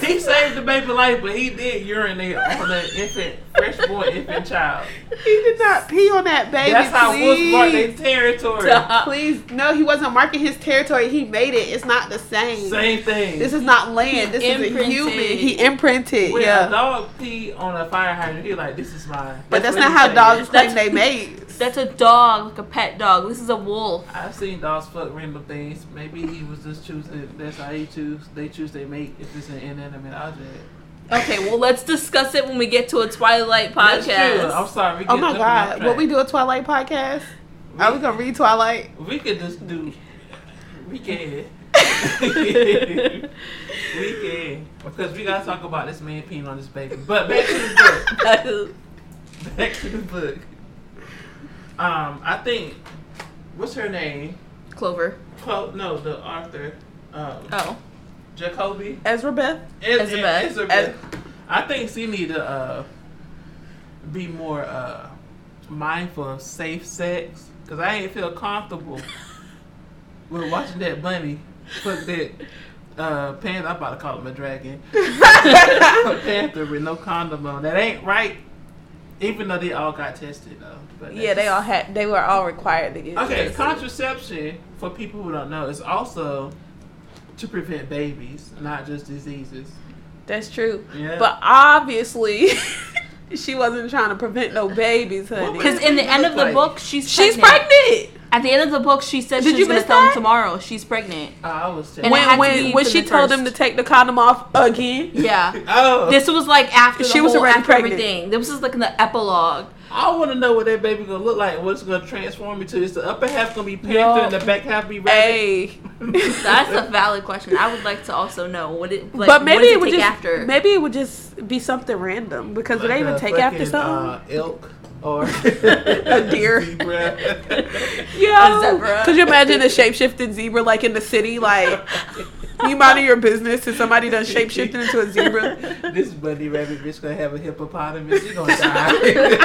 A: He saved the baby life, but he did urinate on that infant, fresh born infant child.
B: He did not pee on that baby.
A: That's how Wolves marked their
B: please.
A: territory.
B: Please, no, he wasn't marking his territory. He made it. It's not the same.
A: Same thing.
B: This is not land. This is a
C: Imprinted.
B: human. He imprinted.
A: when
B: yeah.
A: a dog pee on a fire hydrant, he like, this is mine.
B: But that's,
A: what
B: not
A: he
B: how
A: said.
B: dogs
C: That's-
B: claim they mate.
C: That's a dog, like a pet dog. This is a wolf.
A: I've seen dogs fuck random things. Maybe he was just choosing. That's how he choose. They choose their mate if it's an inanimate object.
C: Okay, well, let's discuss it when we get to a Twilight
A: That's true. I'm
C: podcast.
A: sorry. We
B: Oh
A: get jumping
B: my
A: off
B: god,
A: track. Mm-hmm.
B: what we do a Twilight podcast? Are we gonna read Twilight?
A: We could just do. We can. we can because we gotta talk about this man peeing on this baby. But back to the book. back to the book. Um, I think what's her name?
C: Clover.
A: Clo- no, the author, um,
C: Oh,
A: Jacoby.
B: Ezra Beth.
A: It,
C: It's a
A: it-
C: bad-
A: it's a bad. I think she need to uh, be more uh, mindful of safe sex because I ain't feel comfortable with watching that bunny put that uh, panther. I'm about to call him a dragon. a panther with no condom on. That ain't right. Even though they all got tested though. But
B: Yeah, they all had. They were all required to get.
A: Okay,
B: tested.
A: contraception for people who don't know is also to prevent babies, not just diseases.
B: that's true.
A: Yeah.
B: But obviously, she wasn't trying to prevent no babies, honey.
A: What was-
C: because in the end of the book, she's
B: she's
C: pregnant.
B: pregnant.
C: At the end of the book, she said
B: Did
C: she's
B: you
C: gonna
B: miss
C: film
B: that?
C: tomorrow. She's pregnant.
A: I was
C: And
A: checking.
C: it had
B: When
C: to
B: when
C: be
B: when
C: from
B: she
C: the
B: told him to
C: first.
B: take the condom off again.
C: Yeah.
A: Oh,
C: This was like after the
B: She was
C: whole
B: already
C: after
B: pregnant.
C: everything. This was like in the epilogue.
A: I want to know what that baby gonna look like. What it's gonna transform into? Is the upper half gonna be panther
B: Yo.
A: and the back half be rabbit?
B: Hey,
C: That's a valid question. I would like to also know what it. Like,
B: but
C: what
B: maybe
C: does
B: it would
C: take
B: just
C: after.
B: maybe it would just be something random because
A: Like
B: would they even
A: a
B: take after
A: fucking,
B: something?
A: Uh, elk or
B: A deer.
A: zebra.
B: Yo,
C: A zebra.
B: Could you imagine a shapeshifting zebra like in the city? Like you minding your business and somebody done shapeshifting into a zebra.
A: this bunny rabbit bitch gonna have a hippopotamus. She gonna die.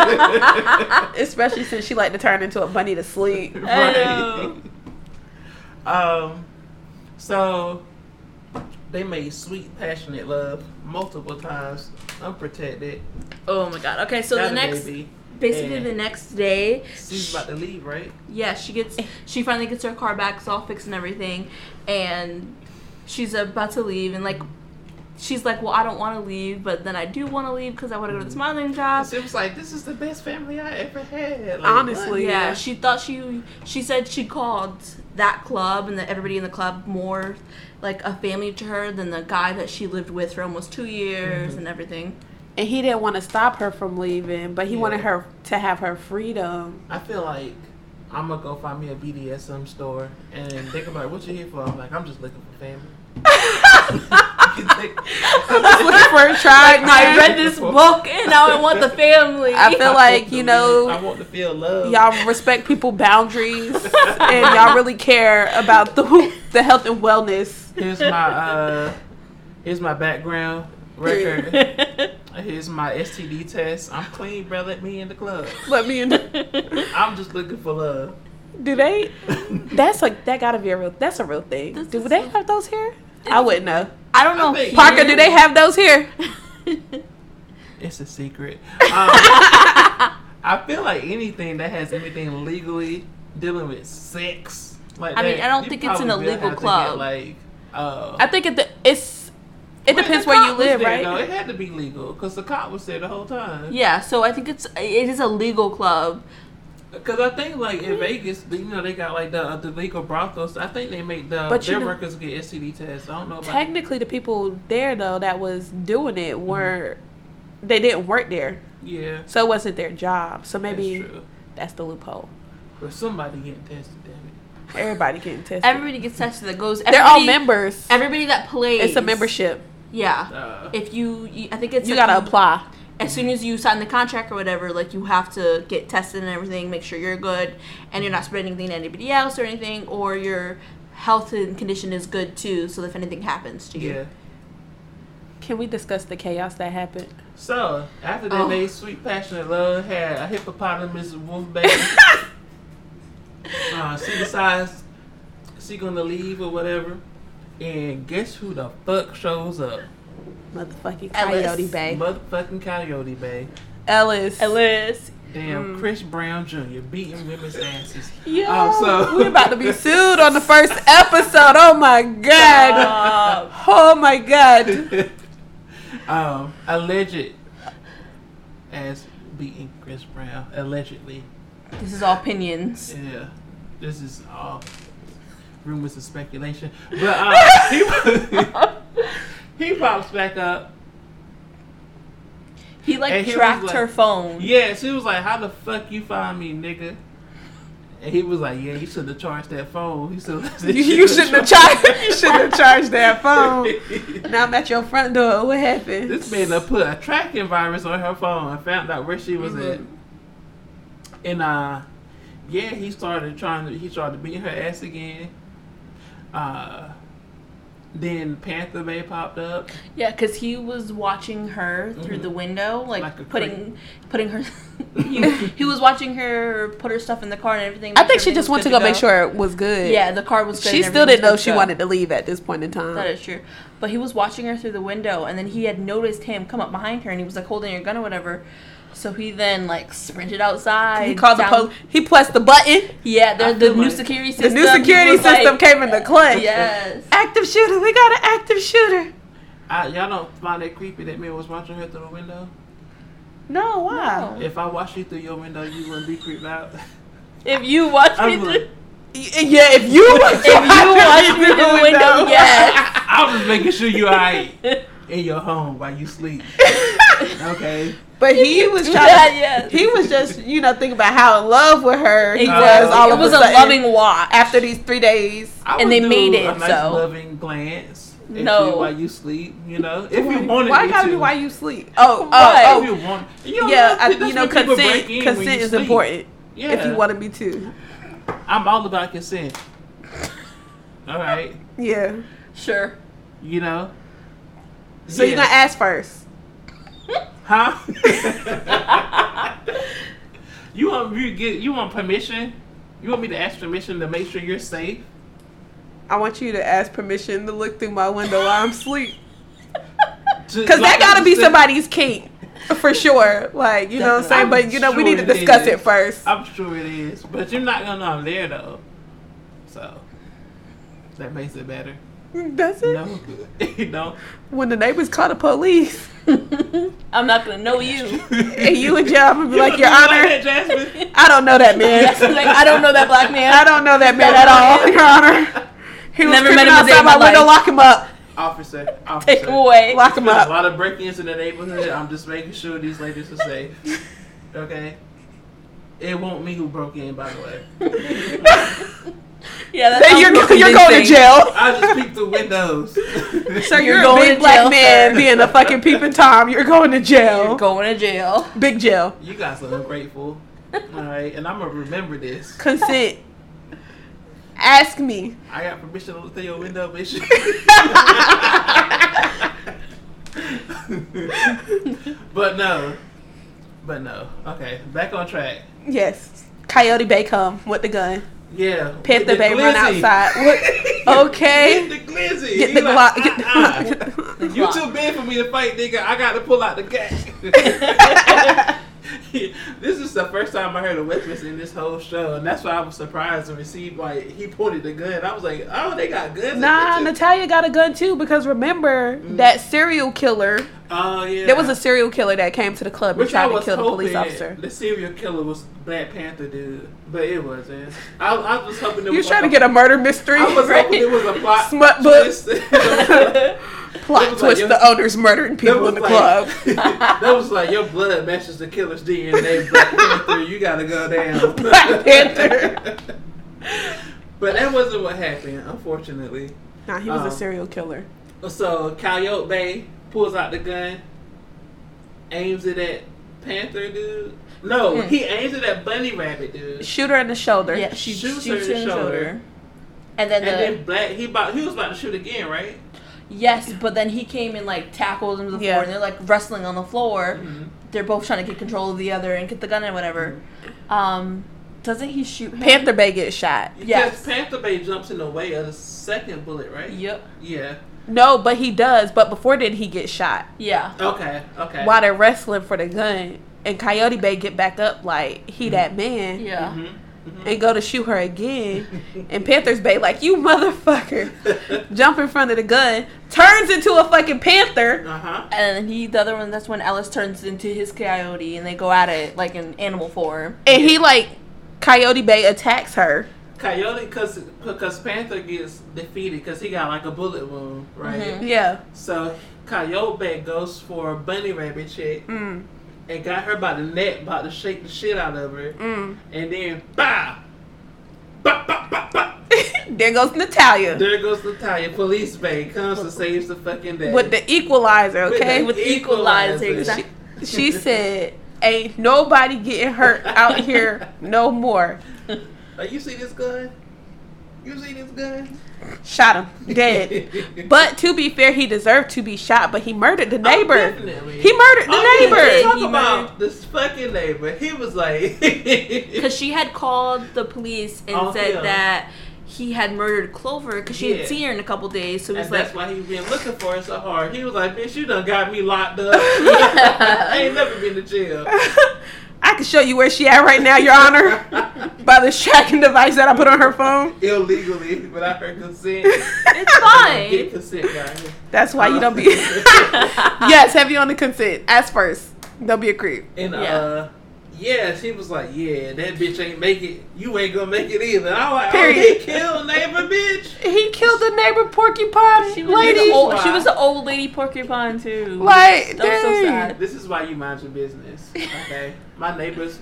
B: Especially since she like to turn into a bunny to sleep.
A: right. Um. So they made sweet, passionate love multiple times, unprotected.
C: oh my god. Okay, so
A: Got
C: the
A: a
C: next,
A: baby.
C: basically
A: and-
C: the next day,
A: She's about to leave, right?
C: Yeah, she gets she finally gets her car back, it's all fixed and everything, and she's about to leave and like she's like, well, I don't want to leave, but then I do want to leave because I want to go to
A: Mm-hmm.
C: the smiling job.
A: It was like this is the best family I ever had. Like,
B: Honestly.
C: Yeah, she thought she she said she called that club and that everybody in the club more like a family to her than the guy that she lived with for almost two years and everything.
B: And he didn't want to stop her from leaving, but he
A: Yeah.
B: wanted her to have her freedom.
A: I feel like I'm gonna go find me a BDSM store and think about what you here for. I'm like, I'm just looking for family.
B: I'm just looking for a tribe.
C: I
B: man.
C: read this book and now I want the family.
B: I feel like
A: want
B: you
A: to
B: know
A: live. I want to feel love.
B: y'all respect people boundaries and y'all really care about the the health and wellness.
A: Here's my uh, here's my background record. Here's my STD test. I'm clean, bro. Let me in the club.
B: Let me in.
A: I'm just looking for love.
B: Do they? That's like that gotta be a real. That's a real thing.
C: This
B: do
C: is
B: they
C: a-
B: have those here? I wouldn't know.
C: I don't know.
A: I think-
B: Parker, do they have those here?
C: they?
A: It's a secret. Um, I feel like anything that has anything legally dealing with sex, like
C: I mean,
A: that,
C: I don't
A: you
C: think it's an
A: probably will
C: illegal
A: have to
C: club.
A: Get, like, uh,
B: I think it de- it's. It
A: But
B: depends
A: the
B: where you
A: cop was
B: live,
A: there,
B: right?
A: though. It had to be legal because the cop was there the whole time.
C: yeah, so I think it's it is a legal club.
A: Because I think like in Vegas, you know, they got like the, the legal brothels. I think they make the
B: But you
A: their
B: know-
A: workers get STD tests. I don't know about
B: Technically, the people there though that was doing it were they didn't work there,
A: yeah.
B: so it wasn't their job. So maybe
A: That's true.
B: that's the loophole.
A: But somebody getting tested, damn it.
B: Everybody getting tested.
C: Everybody gets tested that goes.
B: They're all
C: everybody-
B: members.
C: Everybody that plays.
B: it's a membership.
C: Yeah.
A: Uh,
C: If you, you I think it's
B: You
C: like
B: gotta apply.
C: as soon as you sign the contract or whatever, like you have to get tested and everything, make sure you're good and you're not spreading anything to anybody else or anything, or your health and condition is good too, so if anything happens to you.
A: yeah.
B: Can we discuss the chaos that happened?
A: So after they
C: Oh.
A: made "Sweet Passionate Love," had a hippopotamus wolf baby. uh, she decides she gonna leave or whatever, and guess who the fuck shows up?
B: Motherfucking
C: Ellis.
B: Coyote Bay.
A: Motherfucking Coyote Bay.
B: Ellis.
C: Ellis.
A: Damn, Chris Brown Jr. beating women's asses.
B: Yo,
A: Oh, so-
B: we're about to be sued on the first episode. Oh my god. oh my god.
A: um, alleged as beating Chris Brown allegedly.
C: This is all opinions.
A: Yeah, this is all rumors and speculation. But uh, he he pops back up.
C: He like
A: And he was
C: tracked
A: like-
C: her phone.
A: Yeah, she was like, "How the fuck you find me, nigga?" And he was like, "Yeah, you should have charged that phone. You should have.
B: You, you shouldn't have charged you shouldn't have charged that phone. Now I'm at your front door. What happened?
A: This man done put a tracking virus on her phone and found out where she was
B: Mm-hmm.
A: at. And uh yeah, he started trying to he tried to beat her ass again. Uh then Panther Bay popped up.
C: Yeah, because he was watching her through the window, like,
A: Mm-hmm. Like a
C: putting putting her. he, he was watching her put her stuff in the car and everything.
B: I
C: make
B: think
C: sure
B: she just
C: everything
B: went
C: was
B: to go
C: good
B: make sure it was good.
C: Yeah, the car was good.
B: She
C: and
B: still didn't
C: everything was
B: know
C: good
B: she
C: to go.
B: wanted to leave at this point in time.
C: That is true. But he was watching her through the window, and then he had noticed him come up behind her, and he was like holding her gun or whatever. So he then like sprinted outside.
B: He called the
C: down-
B: police. He pressed the button.
C: Yeah,
A: I
C: the, the
A: feel
C: new
A: like-
C: security
B: The
C: system.
B: new
C: he
B: security
C: was like-
B: system came in the clutch.
C: Yes.
B: Active shooter. We got an active shooter.
A: I, y'all don't find it creepy that man was watching her through the window?
B: No, wow.
A: If I watched you through your window, you wouldn't be creeped out.
C: If you watch me
A: I'm
C: through,
A: like,
B: Yeah, if you if
C: if you watch me through the window, yes.
A: I was making sure you alright in your home while you sleep. Okay.
B: But he was
C: Do
B: trying.
C: that, yes.
B: He was just you know thinking about how in love with her he
A: Exactly.
B: was. All
C: it
B: of
C: was a
B: sudden
C: loving watch.
B: after these three days.
A: I
C: And
A: would
C: they
A: do
C: made
A: a
C: it,
A: nice
C: so.
A: loving glance. at you
C: No.
A: while you sleep, you know, if you wanted
B: Why
A: me
B: gotta
A: to.
B: be why you sleep? Oh,
C: Why?
A: If
B: oh,
A: you want, you
B: oh.
A: know,
B: Yeah, I,
A: that's
B: you know
A: when people break
B: consent.
A: in when you
B: Consent is
A: sleep.
B: important.
A: Yeah.
B: If you wanted me to,
A: I'm all about consent. All right,
B: yeah.
C: Sure.
A: you know.
B: So you're gonna ask first.
A: gonna huh? you want you get you want permission? You want me to ask permission to make sure you're safe?
B: I want you to ask permission to look through my window while I'm asleep.
A: To-
B: Cause
A: like,
B: that gotta be
A: understand-
B: somebody's kink, for sure. Like you know what I'm saying. But you know we need to
A: Sure it
B: discuss
A: is.
B: it first.
A: I'm sure it is, but you're not gonna know I'm there though. So that makes it better.
B: Mm, That's it.
A: No, you know.
B: When the neighbors call the police.
C: I'm not gonna know you.
B: and you in jail, I'm gonna be like,
A: You
B: Your
A: gonna do
B: Honor,
A: me like that, Jasmine.
B: I don't know that man.
C: Yes, like, I don't know that black man.
B: I don't know that man at all, Your Honor. He was
C: Never
B: creeping
C: met him a day
B: outside
C: in my
B: my window.
C: life.
B: Lock him up.
A: Officer, officer.
C: Take him away.
B: Lock him
A: There's a
B: up.
A: lot of break-ins in the neighborhood. I'm just making sure these ladies are safe. Okay. It won't me who broke in, by the way.
C: Yeah, that's
B: Then you're, you're going to jail.
A: I just peeked the windows.
B: So you're,
C: You're going
B: a big
C: to
B: black
C: jail,
B: man
C: sir.
B: being a fucking peeping tom. You're going to jail.
C: You're going to jail.
B: big jail.
A: you guys are ungrateful. All right, and I'm gonna remember this.
B: Consent. Ask me.
A: I got permission to look through your window, bitch. but no, but no. Okay, back on track.
B: Yes. Coyote Bay come with the gun.
A: Yeah,
B: Panther
A: with
B: Bay run
A: glizzy.
B: outside. What? Okay.
A: Get the glizzy.
B: Get
A: He
B: the
A: like,
B: Glock. Get the
A: "Uh-uh.
B: Glock.
A: You too big for me to fight, nigga. I got to pull out the gat. this is the first time I heard of weapons in this whole show, and that's why I was surprised to receive like he pointed the gun. I was like, oh, they got guns. in
B: Nah,
A: Richmond.
B: Natalia got a gun too because remember
C: Mm.
B: that serial killer.
A: oh yeah.
B: There was a serial killer that came to the club and
A: Which I
B: tried to
A: was
B: kill the
A: hoping
B: police officer.
A: the serial killer was Black Panther dude, but it wasn't. I, I was hoping it
B: You're
A: was
B: trying to
A: like
B: get a murder mystery.
A: a- I was hoping it was a plot
B: Smut book.
A: twist. It
B: Plot
A: was like
B: twist:
A: your-
B: the owners murdering people in the club.
A: club. that was like your blood matches the killer's DNA. Black Panther, you gotta go down.
B: Black Panther.
A: but that wasn't what happened, unfortunately.
B: Nah, he was
A: Um,
B: a serial killer.
A: So Coyote Bay pulls out the gun, aims it at Panther dude. No,
B: Hmm.
A: he aims it at Bunny Rabbit dude.
B: Shoot her in the shoulder.
C: Yeah,
A: she
C: she
A: shoots
C: shoots,
A: her in the
C: her in the
A: shoulder.
C: shoulder. And then,
A: And
C: the,
A: then Black, he about he was about to shoot again, right?
C: yes, but then he came and like tackled him to the
B: Yeah.
C: floor, and they're like wrestling on the floor.
B: Mm-hmm.
C: They're both trying to get control of the other and get the gun and whatever. Um, doesn't he shoot him?
B: Panther Bay gets shot.
A: Because
C: Yes.
A: Panther Bay jumps in the way of the second bullet, right?
C: Yep.
A: Yeah.
B: No, but he does. But before then, he gets shot
C: Yeah.
A: Okay. Okay.
B: while they're wrestling for the gun. And Coyote Bay get back up like
A: Mm.
B: he that man
C: Yeah.
A: Mhm.
B: and go to shoot her again. and Panther's Bay like you motherfucker, jump in front of the gun, turns into a fucking panther.
A: Uh huh.
C: And then he, the other one, that's when Ellis turns into his coyote, and they go at it like in animal form.
B: And he like Coyote Bay attacks her.
A: Coyote, cause because Panther gets defeated because he got like a bullet wound, right?
B: Yeah.
A: So Coyote Bay goes for a bunny rabbit chick
B: Mm.
A: and got her by the neck, about to shake the shit out of her,
B: Mm.
A: and then bah, bah, bah, bah, bah.
B: there goes Natalia
A: There goes Natalia. Police Bay comes and saves the fucking day.
B: with the equalizer.
A: With the
B: Okay.
C: With equalizer, exactly.
B: She said, "Ain't nobody getting hurt out here no more."
A: Like, you see this gun? You see this gun?
B: Shot him dead. But to be fair, he deserved to be shot, but he murdered the
A: Oh,
B: neighbor.
A: definitely.
B: He murdered the
A: Oh, yeah,
B: neighbor.
A: let's Talk
C: He
A: about
C: murdered-
A: this fucking neighbor. He was like,
C: Because she had called the police and
A: Oh,
C: said
A: yeah.
C: that he had murdered Clover because she
A: Yeah.
C: had seen her in a couple days. So it was
A: and
C: like,
A: that's why he been looking for her so hard. He was like, bitch, you done got me locked up. I ain't never been to jail.
B: I can show you where she at right now, Your Honor, by the tracking device that I put on her phone.
A: Illegally, without her consent.
C: it's
A: Get
C: fine.
A: consent, guys.
B: That's why you don't be.
A: Uh-huh.
B: yes, heavy on the consent. Ask first. Don't be a creep.
A: And
C: Yeah.
A: uh, yeah, she was like, yeah, that bitch ain't make it. You ain't gonna make it either. I was like, oh, he
B: Period.
A: killed neighbor, bitch.
B: He killed the neighbor porcupine
C: She was,
B: lady.
C: the old,
A: Wow.
C: she was the old lady porcupine, too.
B: Like,
C: That was so
B: dang.
C: sad.
A: This is why you mind your business, okay? My neighbors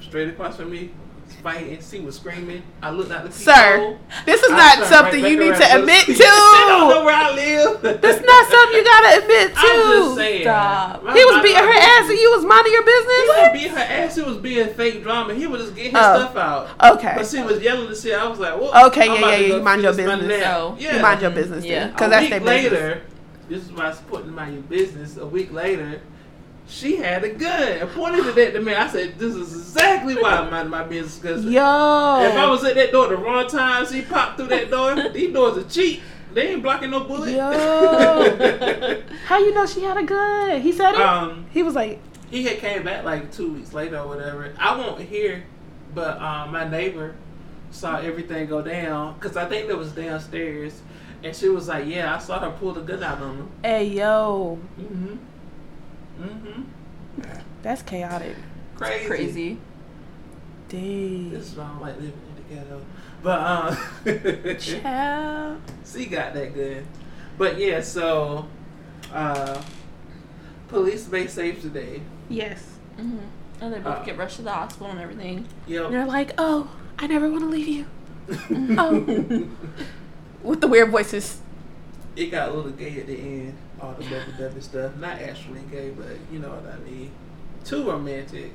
A: straight across from me was fighting. She was screaming. I looked out the
B: Sir,
A: peephole.
B: this is
A: I
B: not
A: turned
B: something
A: right
B: you
A: back
B: need to
A: around
B: admit
A: the- They don't know
B: to.
A: where I live.
B: That's not something you gotta admit to.
A: I'm just saying.
C: Stop.
A: My-
B: He was
A: my-
B: beating her
A: my-
B: ass and you was minding your
A: He was
B: business?
A: beating her ass. He was being fake drama. He was just getting his
B: Oh.
A: stuff out.
B: Okay.
A: But she was yelling the shit. I was like, "Whoa!"
B: Okay, yeah, yeah, yeah, you mind your business.
C: So,
A: yeah.
B: You mind your business
C: Yeah.
B: then. Because
A: a
B: that's
A: week
B: their business.
A: later, this is why I was putting my business. A week later, she had a gun and pointed it at the man. I said, "This is exactly why I mind my business." Because
B: Yo.
A: if I was at that door at the wrong time, she popped through that door. These doors are cheap. They ain't blocking no bullet.
B: Yo. How you know she had a gun? He said it?
A: um,
B: he was like,
A: he had came back like two weeks later or whatever. I won't hear, but um, my neighbor saw everything go down because I think that was downstairs, and she was like, "Yeah, I saw her pull the gun out on him."
B: hey, yo.
A: Mm-hmm. Mm-hmm.
B: That's chaotic.
A: Crazy.
C: Crazy.
B: Dang.
A: This is why I don't like living in the ghetto. But um,
B: Child.
A: she got that gun. But yeah, so uh, police may save today.
B: Yes.
C: hmm And they both
A: Uh,
C: get rushed to the hospital and everything.
B: And
A: Yep.
B: they're like, oh, I never want to leave you. Oh. With the weird voices.
A: It got a little gay at the end, all the double double stuff. Not actually gay, but you know what I mean. Too romantic.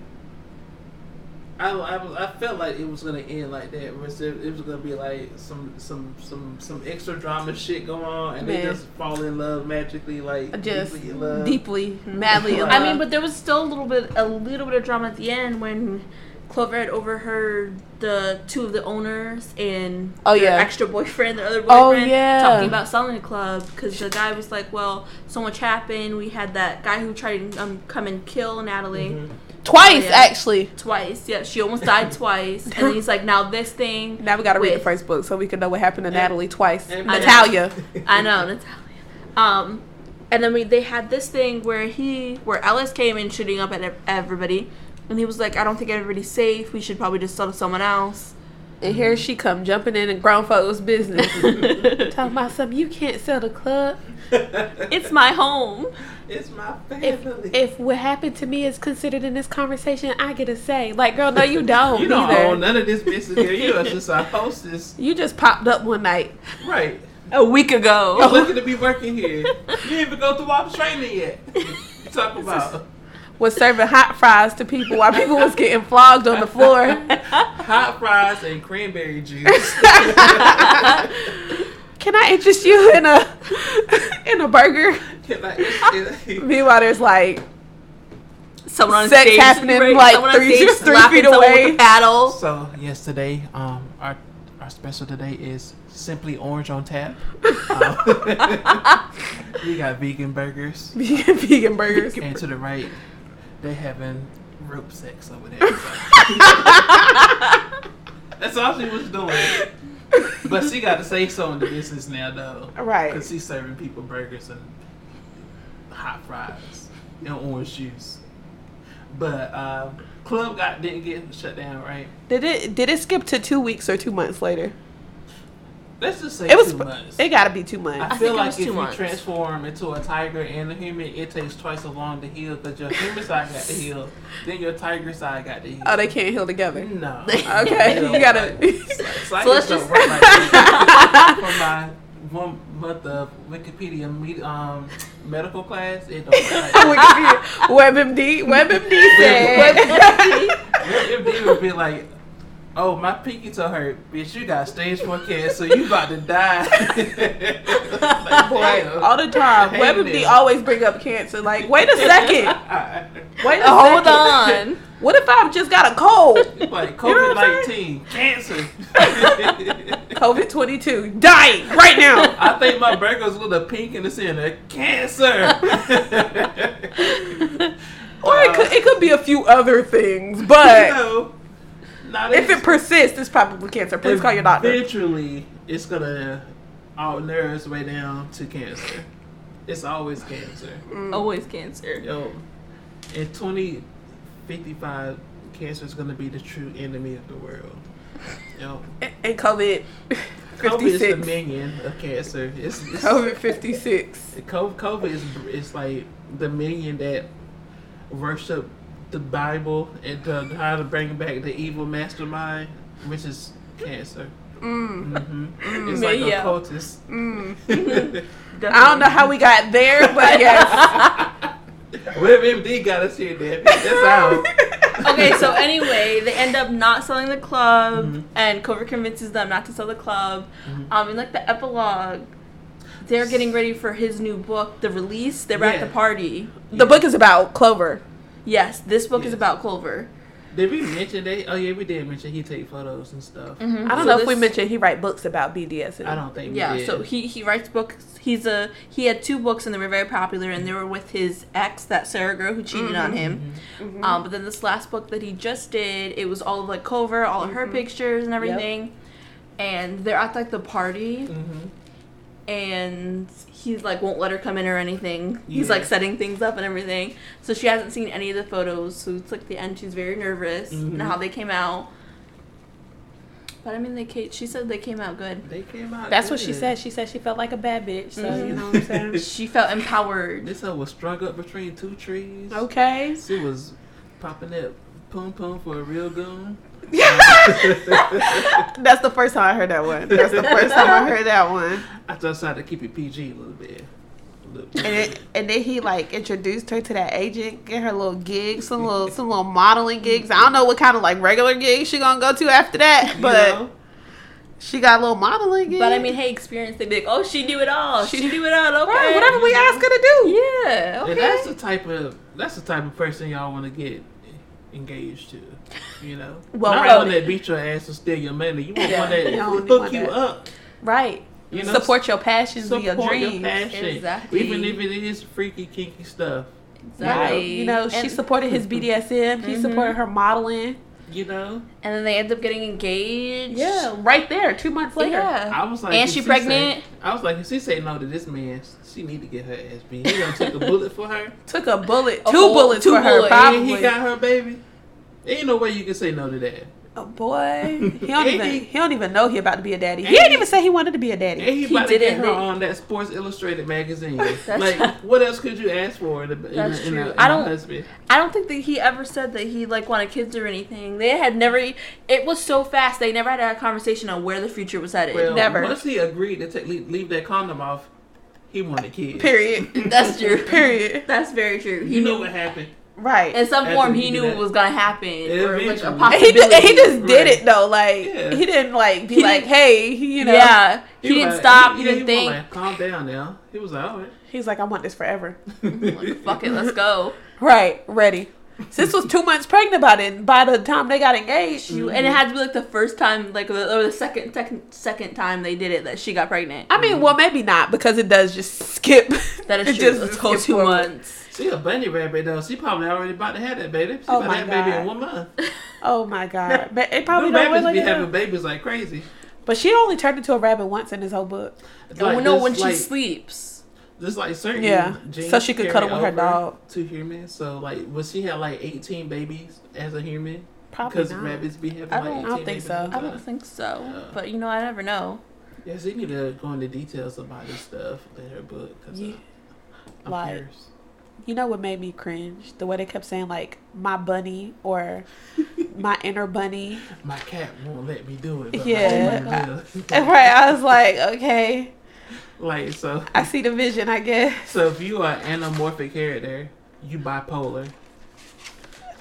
A: I, I, was- I felt like it was gonna end like that. where It it was gonna be like some some some some extra drama shit going on, and they
B: Man.
A: just fall in love magically, like
B: Just
A: deeply in love.
B: deeply, madly in
A: Right.
B: love.
C: I mean, but there was still a little bit, a little bit of drama at the end when Clover had overheard the two of the owners and
B: Oh,
C: their
B: yeah.
C: extra boyfriend, their other
B: Oh,
C: boyfriend,
B: yeah.
C: talking about selling the club because the guy was like, "Well, so much happened. We had that guy who tried to um, come and kill Natalie
A: Mhm.
B: twice
C: yeah.
B: actually.
C: twice. Yeah, she almost died twice." And then he's like, "Now this thing."
B: Now we gotta read the
C: Wait.
B: first book so we can know what happened to
A: And-
B: Natalie twice.
A: and-
B: Natalia.
C: I know, Natalia. Um, and then we they had this thing where he where Ellis came in shooting up at ev- everybody, and he was like, "I don't think everybody's safe. We should probably just sell to someone else."
B: And here she come jumping in and grown folks' business. Talking about something you can't sell the club.
C: It's my home.
A: It's my family.
B: If if what happened to me is considered in this conversation, I get a say. Like, girl, no, you don't.
A: you don't
B: either.
A: own none of this business here. You are just a hostess,
B: You just popped up one night.
A: right?
C: A week
B: Oh.
A: You're
C: ago.
A: looking to be working here. You didn't even go through all the training yet. You Talk about
B: Was serving hot fries to people while people was getting flogged on the floor.
A: hot fries and cranberry juice.
B: Can I interest you in a in a burger?
A: Like, it's- it's-
B: Meanwhile, there's like
C: Someone on
B: Sex
C: stage,
B: happening, like,
C: someone on
B: three-
C: stage
B: three
C: slapping
B: feet
C: someone
B: away.
C: With a paddle.
A: so yesterday, um, our our special today is simply orange on tap. Um, we got vegan burgers,
B: vegan, vegan burgers.
A: and to the right, they having rope sex over there. That's all she was doing. But she got to say something to business now, though.
B: Right.
A: Because she's serving people burgers and hot fries and orange juice. But um, Club got didn't get shut down, right?
B: Did it did it skip to two weeks or two months later?
A: Let's just say
B: It was
A: two months.
B: it gotta be two
A: I,
B: months.
C: think
A: feel
C: it
A: like
C: was
A: if
C: two
A: you
C: months.
A: transform into a tiger and a human, it takes twice as long to heal because your human side got to heal, then your tiger side got to heal.
B: Oh, they can't heal together.
A: No.
B: Okay, you gotta.
C: So let's
A: Science don't
C: just-
A: work like that. From my one month of Wikipedia me- um, medical class, it don't work like that.
B: Wikipedia. WebMD. WebMD said.
A: If they would be like, oh, my pinky toe hurt, bitch, you got stage four cancer, you about to die. like,
B: Boy,
A: damn.
B: all the time.
A: Hang
B: WebMD
A: this.
B: always bring up cancer. Like, wait a second. Wait a
C: Hold
B: second.
C: on.
B: What if I've just got a cold?
A: Like
B: You know
A: COVID
B: what I'm
A: nineteen cancer.
B: COVID 22. Dying right now.
A: I think my burger's with a pink in the center. Cancer.
B: Or it could, it could be a few other things,
A: you
B: but
A: know, now
B: if
A: this-
B: it persists, it's probably cancer. Please call your doctor.
A: Eventually, it's gonna all nerves way down to cancer. It's always cancer.
B: Mm.
C: Always cancer.
A: Yo, in 2055, cancer is gonna be the true enemy of the world. Yo,
B: And COVID
A: COVID is the
B: 56.
A: minion of cancer. It's, it's
B: COVID 56.
A: Co- COVID is it's like the minion that worship the Bible and to try to bring back the evil mastermind, which is cancer. Mm. hmm It's like
C: yeah.
A: a cultist.
B: I don't know how we got there, but yes.
A: WebMD got us here, Debbie. That's how.
C: okay, so anyway, they end up not selling the club,
A: Mm-hmm.
C: and Clover convinces them not to sell the club. Um, in like the epilogue, they're getting ready for his new book, the release. They were at
A: Yeah.
C: the party.
B: The book is about Clover.
C: Yes, this book
A: Yes.
C: is about Clover.
A: Did we mention that? Oh yeah, we did mention he take photos and stuff.
B: I don't
C: So
B: know if we
C: this-
B: mentioned he write books about BDSM.
A: I don't think.
C: Yeah,
A: we did.
C: so he he writes books. He's a he had two books and they were very popular, and they were with his ex, that Sarah girl who cheated
A: Mm-hmm.
C: on him. Um, but then this last book that he just did, it was all of like Clover, all of her pictures and everything, and they're at like the party.
A: Mhm.
C: and he like won't let her come in or anything. He's
A: Yeah.
C: like setting things up and everything. So she hasn't seen any of the photos. So it's like the end. She's very nervous
A: Mhm.
B: Mm-hmm.
C: and how they came out. But I mean, they ca- she said they came out good.
A: They came out.
B: That's what she
A: good.
B: said. She said she felt like a bad bitch. So you
A: Mhm.
B: know what I'm saying.
C: She felt empowered.
A: This hoe was strung up between two trees.
B: Okay.
A: She was popping that poom poom for a real goon.
B: That's the first time I heard that one. That's the first time I heard that one.
A: I just had to keep it PG a little bit. A little bit.
B: And, it, and then he like introduced her to that agent, get her little gigs, some little some little modeling gigs. I don't know what kind of like regular gigs she gonna go to after that,
A: You
B: but
A: know?
B: she got a little modeling gig.
C: But I mean, hey, experience. They be like, oh, she do it all. She,
B: She-
C: do it all. Okay.
B: right, whatever we ask her to do.
C: Yeah. Okay.
A: And that's the type of that's the type of person y'all want to get engaged to. You know,
C: Well,
A: not
C: right.
A: one that beat your ass and steal your money. You want
C: Yeah.
A: one
B: You
A: that
B: don't
A: hook
B: want
A: you
B: that.
A: up.
B: Right.
A: You know,
B: support your passions and
A: support
B: your dreams.
A: passion,
C: Exactly.
A: even if it is freaky, kinky stuff.
B: Right.
C: Exactly.
B: You know, she
C: and,
B: supported his BDSM. He
C: Mhm.
B: supported her modeling.
A: You know,
C: and then they end up getting engaged.
B: Yeah, right there, two months later.
C: Yeah.
A: I was like,
C: And
A: if
C: she
A: say-
C: pregnant?
A: I was like, if she say no to this man, she need to get her ass beat. He gonna take a bullet for her,
B: Took a bullet,
C: A
B: two
C: whole-
B: bullets
C: two
B: for
C: bullets.
B: her,
A: and
B: probably.
A: he got her baby. Ain't no way you can say no to that.
B: oh boy, he don't
A: And
B: even
A: he-
B: he don't even know he about to be a daddy. He
A: and
B: didn't
A: he-
B: even say he wanted to be a daddy.
A: And he,
C: He
A: about to get
C: didn't
A: her
C: think-
A: on that Sports Illustrated magazine.
C: That's
A: like,
C: right.
A: what else could you ask for in a, in a,
C: That's
A: in a,
C: true.
A: in
C: I
A: a
C: don't-
A: husband?
C: I don't think that he ever said that he like wanted kids or anything. They had never. e, It was so fast. They never had a conversation on where the future was headed.
A: Well,
B: never.
A: Once he agreed to take, leave, leave that condom off, he wanted kids.
B: Period.
C: That's true.
B: Period.
C: That's very true. He
A: You know
C: knew
A: what happened.
B: Right.
C: in some
A: After
C: form
A: he
C: he
A: did
C: knew
A: that.
C: it was gonna happen or like
A: Eventually.
C: a
B: And he,
C: possibility.
B: ju- and he just did
A: Right.
B: it though. Like
A: Yeah.
B: he didn't like be
C: He
B: like,
C: didn't-
B: hey, he, you know.
C: yeah, he,
A: was
C: didn't
A: like-
C: stop. He,
A: yeah,
C: didn't
A: was
C: think.
A: Like, Calm down now. He was like, all right.
B: He's like, I want this forever.
C: Like, Fuck it, let's go.
B: Right. Ready. Sis was two months pregnant by then. By the time they got engaged,
C: She, and it had to be like the first time, like the, or the second, second, second time they did it that she got pregnant.
B: I mean, well, maybe not because it does just skip.
C: That is
B: it
C: true.
B: just
C: Let's go
B: skip
C: two
B: forward.
C: months.
A: She a bunny rabbit though. She probably already about to have that baby. She
B: Oh
A: about
B: my
A: to have baby in
B: God.
A: one month.
B: Oh my god! But it probably
A: Them
B: don't
A: rabbits
B: really.
A: be
B: do.
A: having babies like crazy.
B: But she only turned into a rabbit once in this whole book.
C: Like,
A: Like,
C: Oh, no,
A: this,
C: when
A: like-
C: she sleeps.
A: Just like certain
B: Yeah,
A: genes
B: so she could
A: carry
B: cuddle with her
A: over
B: dog.
A: to humans. So like, was she had like eighteen babies as a human?
B: Probably
A: Because
B: not.
A: rabbits be having
C: I
A: like
C: don't- I
A: 18
B: don't think
A: babies
B: so.
A: at a
C: I
A: time.
C: don't think so,
A: Yeah.
C: but you know, I never know.
A: Yes, you need to go into details about this stuff in her book. Cause
B: Yeah.
A: uh, I'm
B: Like-
A: curious.
B: You know what made me cringe? The way they kept saying like "my bunny" or "my inner bunny."
A: My cat won't let me do it. But
B: Yeah.
A: My cat
B: And
A: will.
B: right, I was like, okay,
A: like so.
B: I see the vision. I guess.
A: So if you are anamorphic character, you bipolar.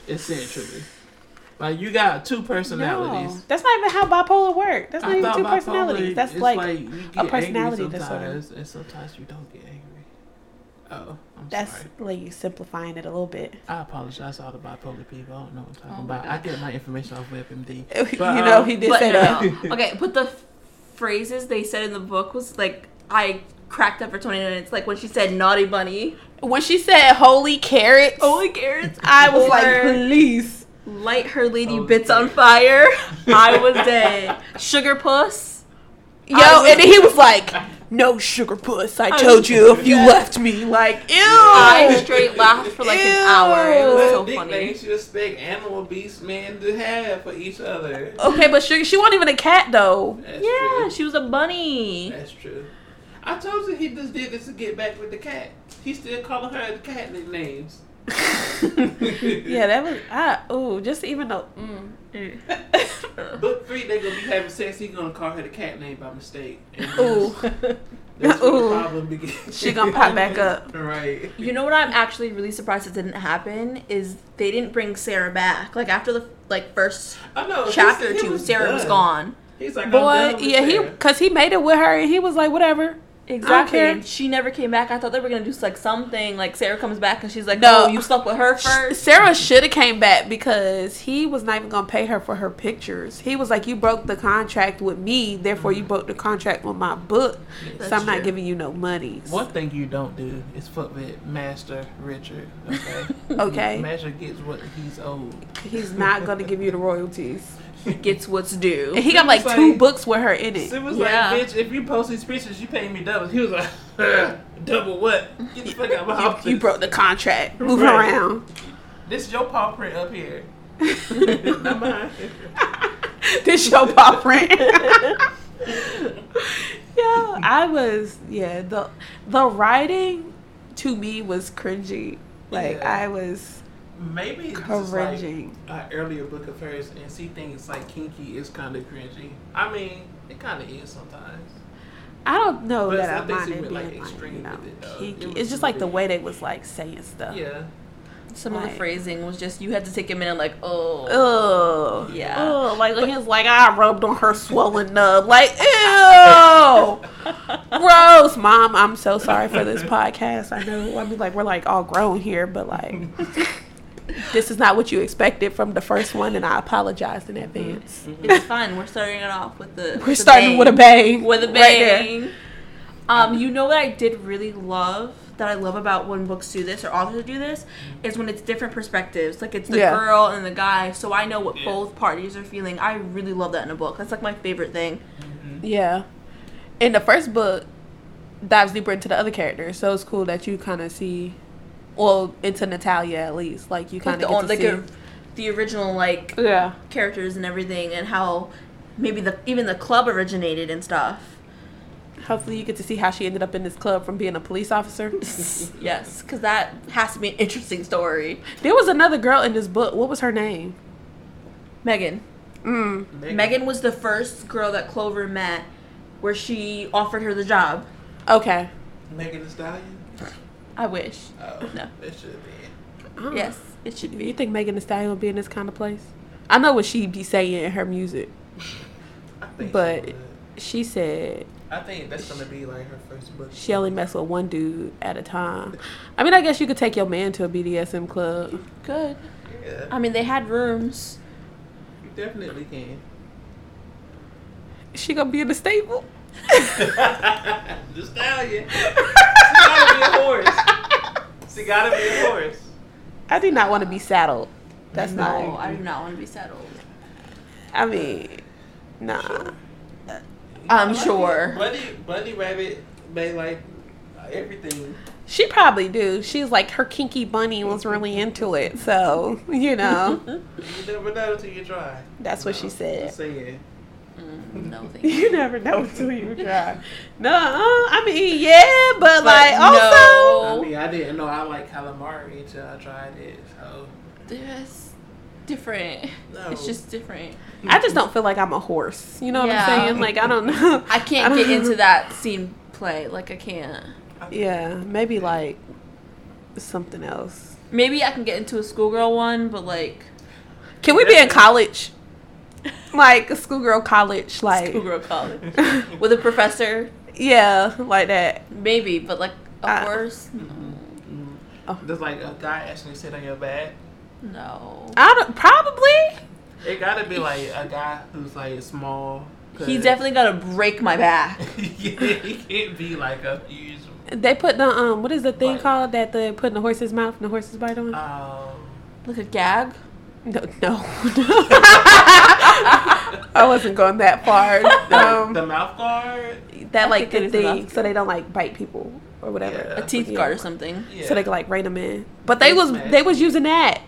A: Essentially, like you got two personalities.
B: No, that's not even how bipolar work. That's not
A: I
B: even
A: thought
B: two
A: bipolar,
B: personalities. That's
A: it's
B: like,
A: you get
B: personality
A: angry
B: disorder.
A: sometimes, and sometimes you don't get angry. Oh, I'm
B: that's
A: sorry.
B: like you simplifying it a little bit.
A: I apologize to all the bipolar people. I don't know what I'm talking
C: Oh my
A: about. I get my information off WebMD.
B: you know,
A: um,
B: he did
C: but
B: say
C: no,
B: that.
C: no. okay, but the phrases they said in the book was like I cracked up for twenty minutes. Like when she said "naughty bunny," Oh,
B: When she said "holy carrots,"
A: Oh,
C: "Holy carrots,"
B: I was like,
C: Or-
B: "Please."
C: light her lady
A: Oh,
C: bits
A: dear.
C: on fire. I was dead. Sugar puss.
B: Yo,
C: I was-
B: and then he was like, "No sugar puss. I
C: I
B: told
C: was-
B: you if you
C: Yeah.
B: left me, like, ew."
C: I straight laughed for like an hour. It was so
A: Nickname
C: funny.
A: should expect animal beast men to have for each other.
B: okay, but sugar, she wasn't even a cat though.
A: That's
C: Yeah,
A: true.
C: she was a bunny.
A: That's true. I told you he just did this to get back with the cat. He's still calling her the cat nicknames.
B: Yeah, that was I. Ooh, just even though. Mm.
A: Book three, they gonna be having sex. He gonna call her the cat name by mistake. And
B: Ooh,
A: That's where
B: Ooh.
A: the problem begins.
B: She gonna pop back up.
A: Right.
C: You know what I'm actually really surprised it didn't happen is they didn't bring Sarah back. Like after the like first
A: I know. he
C: chapter
A: said
C: or
A: he
C: two, Sarah was
A: done.
C: gone.
A: He's like,
B: boy. Yeah, he because he made it with her, and he was like, "Whatever."
C: Exactly.
B: care.
C: And she never came back. I thought they were gonna do like something. Like Sarah comes back and she's like,
B: No.
C: "No, you slept with her first.
B: Sarah should have came back because he was not even gonna pay her for her pictures. He was like, "You broke the contract with me, therefore you broke the contract with my book,
C: Mm. That's
B: so I'm
C: true.
B: not giving you no money."
A: One thing you don't do is fuck with Master Richard. Okay.
B: Okay,
A: Master gets what he's owed.
B: he's not gonna give you the royalties.
C: Gets what's due.
B: And he got like
A: It's
B: two
A: like-
B: books with her in
A: Sid
B: it.
A: was
C: Yeah.
A: like, bitch, if you post these pictures, you pay me double. He was like, double what? Get the fuck out of my office.
B: You broke the contract. Move
A: Right.
B: around.
A: This your paw print up here. Not mine.
B: this your paw print. yeah, I was. Yeah, the the writing to me was cringy. Like
A: Yeah.
B: I was.
A: maybe it's just like
B: Cringing.
A: an earlier book of hers, and she thinks like kinky is kind of cringy. I mean, it kind of is sometimes.
B: I don't know
A: But
B: that I
A: it's not that she
B: minded
A: went, like,
B: being
A: extreme
B: like,
A: with it,
B: no,
A: though.
B: kinky.
A: It was
B: it's just like the
A: really-
B: way they was like saying stuff.
A: Yeah,
C: Some of
B: Right.
C: the phrasing was just you had to take a minute, like, oh,
B: Ugh.
C: Yeah.
B: Ugh. Like when he was like, I rubbed on her swollen nub. Like, ew. Gross, mom. I'm so sorry for this podcast. I know. I mean, like, we're like all grown here, but like, this is not what you expected from the first one, and I apologize in advance.
C: it's fine. We're starting it off with the.
B: We're starting with a bang.
C: Mm-hmm. With a
B: Right there.
C: bang. um, you know what I did really love that I love about when books do this or authors do this is when it's different perspectives. Like it's the
B: Yeah.
C: girl and the guy, so I know what
A: Yeah.
C: both parties are feeling. I really love that in a book. That's like my favorite thing.
B: Yeah. And the first book dives deeper into the other characters, so it's cool that you kind of see, well, into Natalia at least. Like you
C: Like
B: kind
C: the
B: of
C: on-
B: get
C: like
B: to
C: a, the original like
B: see. Yeah.
C: characters and everything and how maybe the even the club originated and stuff.
B: Hopefully, you get to see how she ended up in this club from being a police officer.
C: Yes, because that has to be an interesting story.
B: there was another girl in this book. What was her name?
C: Megan.
B: Mm.
C: Megan was the first girl that Clover met where she offered her the job.
B: Okay.
A: Megan Thee Stallion.
C: I wish.
A: Oh,
C: No.
A: it should be.
C: Yes, it should
B: You
C: be.
B: think Megan Thee Stallion would be in this kind of place? I know what she'd be saying in her music.
A: I think she
B: But-
A: would.
B: She said
A: I think that's gonna be like her first book.
B: she only messed with one dude at a time. I mean, I guess you could take your man to a BDSM club.
C: Good.
A: Yeah,
C: I mean, they had rooms.
A: you definitely can.
B: She gonna be in the stable.
A: the stallion. She gotta be a horse. She gotta be a horse.
B: I do not want to be saddled. That's
C: No,
B: not.
C: I do not want to be settled.
B: I mean, nah.
C: I'm sure.
A: Bunny, Bunny Rabbit made like everything.
B: She probably do. She's like her kinky bunny was really into it, so you know
A: You never know until you try.
B: that's what she said.
A: Just saying.
C: No, thank you.
B: You never know until you try. No, I mean yeah, but,
C: But
B: like also
A: I
C: no.
A: mean, I didn't know I like calamari until I tried it. So
C: There's different.
A: no,
C: It's just different.
B: I just don't feel like I'm a horse. You know what
C: Yeah.
B: I'm saying? Like I don't know.
C: I can't
B: I
C: get
B: don't-
C: into that scene play. Like, I can't.
B: Yeah, maybe like something else.
C: Maybe I can get into a schoolgirl one, but like.
B: Can we be in college? Like a schoolgirl college, like
C: Schoolgirl college.
A: Mm-hmm.
C: With a professor?
B: yeah, like that.
C: Maybe, but like a
B: Uh,
C: horse?
A: Mm-hmm.
B: Oh.
A: There's like a guy actually sit on your back.
C: No.
B: I don't probably.
A: It gotta be like a guy who's like small. 'cause-
C: He definitely gotta break my back.
A: yeah, he can't be like a huge.
B: They put the um, what is the thing
A: Bite.
B: called that they put in the horse's mouth and the horses bite on?
A: Um,
C: Like a gag?
B: no, no. I wasn't going that far.
A: the,
B: Um,
A: the mouth guard.
B: that
C: I
B: like
C: think
B: the
C: it is enough.
B: thing, so they don't like bite people or whatever.
C: A
A: Yeah.
C: teeth
B: Yeah.
C: guard or something.
A: Yeah.
B: So they can like rein them in. But they was
A: Thanks, man.
B: they was using that.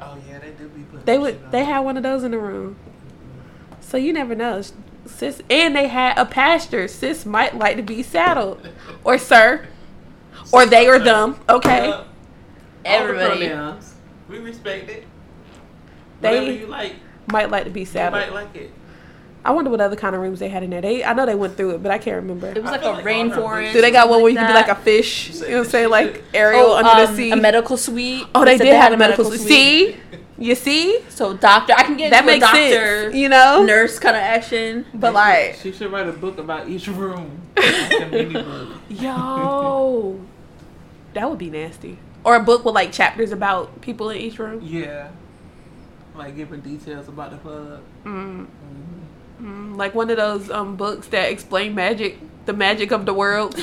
A: oh yeah, they do be. putting
B: They
A: that
B: would
A: shit on.
B: they had one of those in the room. So you never know, sis. And they had a pasture. Sis might like to be saddled, or sir, or they or them. Okay.
A: All the
C: Everybody.
A: pronouns, we respect it.
B: They-
A: Whatever you like,
B: might like to be
A: you
B: saddled.
A: might like it.
B: I wonder what other kind of rooms they had in there. They I know they went through it, but I can't
C: It
B: remember.
C: was
A: I
C: like a
A: feel like all our
C: rainforest.
A: books-
B: Do they got one where you
C: something
B: can be
C: that.
B: like a fish? You know what I'm saying? Like aerial
C: Oh,
B: under the
C: um,
B: sea.
C: A medical suite.
B: oh, they
C: said
B: did have a medical suite. See? You see?
C: So doctor, I can get
B: That
C: into a
B: makes
C: doctor,
B: sense. You know?
C: nurse kind of action.
B: But like,
A: she should write a book about each room. Like a mini book.
B: yo, that would be nasty. Or a book with like chapters about people in each room.
A: Yeah, like giving details about the club.
B: Mm. Mm, like one of those um, books that explain magic, the magic of the world.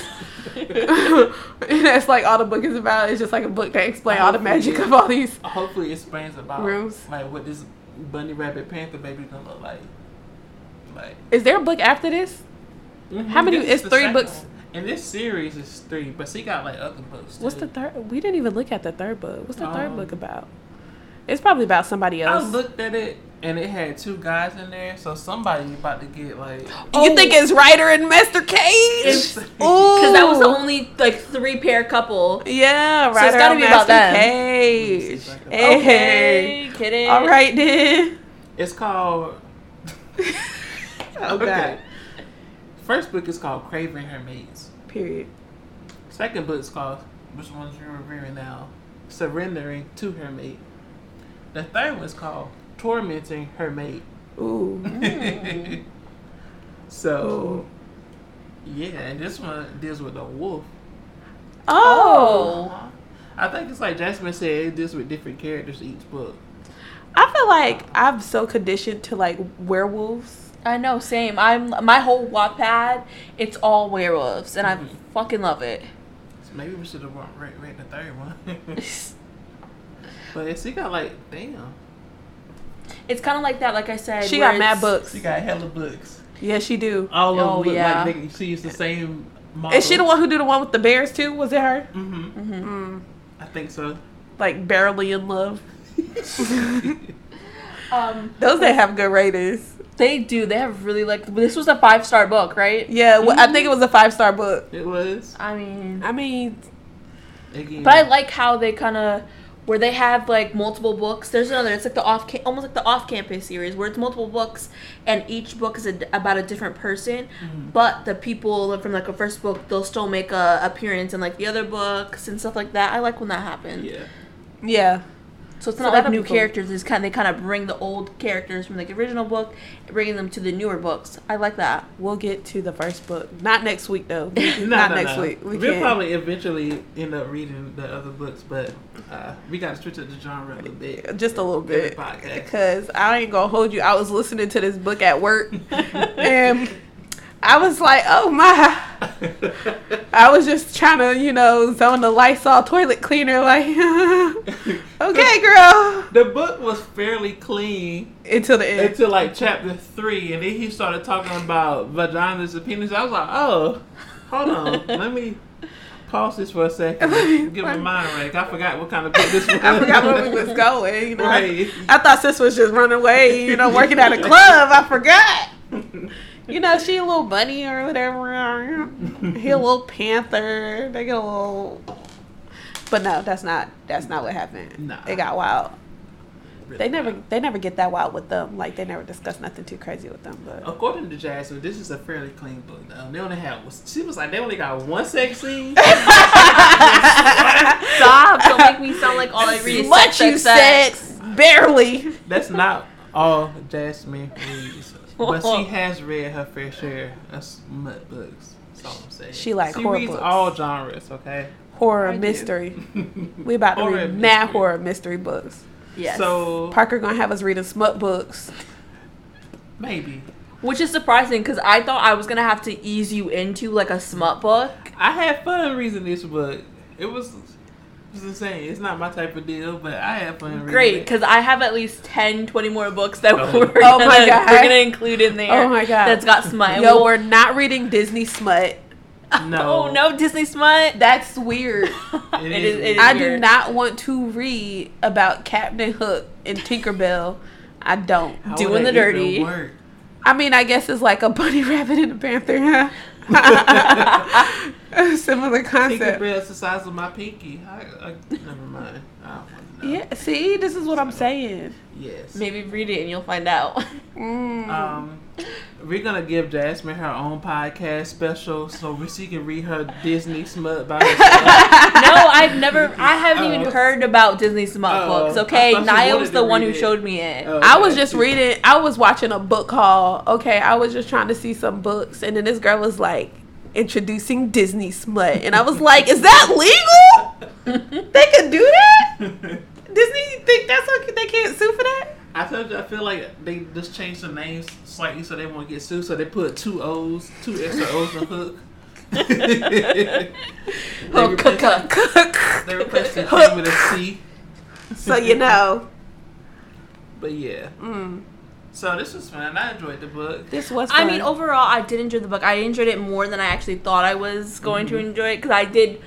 B: and that's like all the book is about. It's just like a book that explains all the magic of all these.
A: Hopefully, it explains about
B: Rooms.
A: like what this bunny rabbit panther baby gonna look like. Like
B: Is there a book after this? How many-
A: This is
B: it's
A: the
B: three
A: second
B: books.
A: one. And this series is three, but she got like other books.
B: What's
A: too.
B: the third? We didn't even look at the third book. What's the third
A: Um,
B: book about? It's probably about somebody
A: I
B: else.
A: looked at it and it had two guys in there, so somebody about to get like.
B: You think it's Ryder and Master Cage?
A: Oh. It's-
C: Because that was the only like three pair couple.
B: Yeah, Ryder
C: it's gotta
B: and
C: be about
B: Master
C: them.
B: Cage. Hey.
C: Okay, kidding.
B: All right then.
A: It's called.
B: Oh,
A: oh, First book is called Craving Her Mates.
B: Period.
A: Second book is called Which Ones You're Reviewing Now? Surrendering to Her Mate. The third one's called Tormenting Her Mate.
B: Ooh.
A: so, yeah, and this one deals with a wolf.
B: Oh.
C: Oh.
A: I think it's like Jasmine said, it deals with different characters each book.
B: I feel like I'm so conditioned to like werewolves.
C: I know, same. I'm my whole Wattpad, it's all werewolves, and I
A: Mhm.
C: fucking love it.
A: So maybe we should have wa- read, read the third one. but it's, she got like, damn.
C: It's kind of like that, like I said.
B: She
C: where
B: got mad
C: it's-
B: books.
A: She got hella books.
B: Yeah, she do.
A: All of
C: Oh,
A: them look
C: yeah.
A: like they, she used the same model.
B: Is she the one who did the one with the bears too? Was it her?
A: Mm-hmm. I think so.
B: Like barely in love.
C: Um,
B: Those that have good ratings.
C: they do. They have really like this was a five star book, right?
B: Yeah, well, I think it was a five star book.
A: It was.
C: I mean,
B: I mean,
A: Again,
C: but I like how they kind of where they have like multiple books. There's another. It's like the off cam- almost like the off campus series where it's multiple books, and each book is a, about a different person. But the people from like a first book, they'll still make a appearance in like the other books and stuff like that. I like when that happens.
A: yeah.
B: yeah.
C: So it's
B: So
C: not like
B: that'd be
C: new
B: cool.
C: characters. It's kind. Of, they kind of bring the old characters from like the original book, bringing them to the newer books. I like that.
B: We'll get to the first book. Not next week though.
A: No,
B: Not
A: no,
B: next
A: no.
B: week. We
A: will
B: can't.
A: probably eventually end up reading the other books, but uh, we got to switch up the genre a little bit.
B: just a little
A: Every
B: bit.
A: podcast.
B: Cause I ain't gonna hold you. I was listening to this book at work, and I was like, "Oh my!" I was just trying to, you know, zone the Lysol toilet cleaner. Like, okay, girl,
A: the book was fairly clean
B: until the end.
A: until like chapter three, and then he started talking about vaginas and penises. I was like, oh, hold on, let me pause this for a second. Give my mind rank. I forgot what kind of book this was.
B: I forgot where we was going. You know,
A: Right.
B: I, I thought sis was just running away. You know, working at a club. I forgot. You know, she a little bunny or whatever. He a little panther. They get a little. But no, that's not. That's not what happened.
A: Nah.
B: They got wild. They never. They never get that wild with them. Like they never discuss nothing too crazy with them. But
A: According to Jasmine, this is a fairly clean book. Though. They only have. She was like, they only got one sex scene.
C: Stop! Don't make me sound like all I read is
B: much
C: sex,
B: you
C: sex, sex.
B: said barely.
A: That's not all Jasmine reads, but she has read her fair share of smut books. That's all I'm saying.
B: She like
A: she
B: horror
A: reads
B: books.
A: all genres. Okay.
B: Horror
C: do.
B: mystery. We about to
A: Horror
B: read
A: and
B: mad
A: mystery.
B: horror mystery books.
C: Yes.
A: So
B: Parker gonna have us reading smut books.
A: maybe
C: Which is surprising because I thought I was gonna have to ease you into like a smut book.
A: I had fun reading this book. It was, it was insane. It's not my type of deal, but I had fun. Reading
C: Great,
A: it.
C: because I have at least 10, 20 more books that
A: Oh.
C: we're,
B: Oh
C: gonna,
B: my God.
C: we're gonna include in there.
B: Oh my God.
C: That's got smut. And
B: Yo,
C: we'll-
B: we're not reading Disney smut.
A: No.
C: Oh no, Disney smut.
B: That's weird.
A: It
C: it
A: is
C: is. it is
B: I do
C: weird.
B: not want to read about Captain Hook and Tinkerbell. I don't.
A: How
C: doing
A: would
C: the
A: that even
C: dirty.
A: work?
B: I mean, I guess it's like a bunny rabbit and a panther. huh? Similar concept.
A: Tinkerbell's the size of my pinky. I, I, never mind. I don't want to know.
B: Yeah, see, this is what I'm saying.
A: Yes.
C: Maybe read it and you'll find out.
B: Mm.
C: Oh,
A: Um, we're gonna give Jasmine her own podcast special so we- she can read her Disney smut by herself.
C: no, I've never. I haven't even
A: Oh.
C: heard about Disney smut
A: Oh,
C: books.
A: I
C: Okay,
A: thought you
C: Naya
A: wanted
C: was
A: to
C: the one who
A: read it.
C: showed me it.
A: Oh,
B: I was
A: okay.
B: just reading. I was watching a book haul. Okay, I was just trying to see some books, and then this girl was like introducing Disney smut, and I was like, "Is that legal? they could do that? Disney think that's okay? They can't sue for that?
A: I told you I feel like they just changed the names slightly so they won't get sued. So they put two O's, two extra O's on hook. they
C: Oh,
A: replaced,
C: cuck, cuck.
A: they replaced the T with a C.
B: so you know,
A: But yeah.
B: mm,
A: So this was fun. I enjoyed the book.
B: this was.
C: I
B: fun.
C: mean,
A: Mm-hmm.
C: overall, I did enjoy the book. I enjoyed it more than I actually thought I was going to enjoy it because I did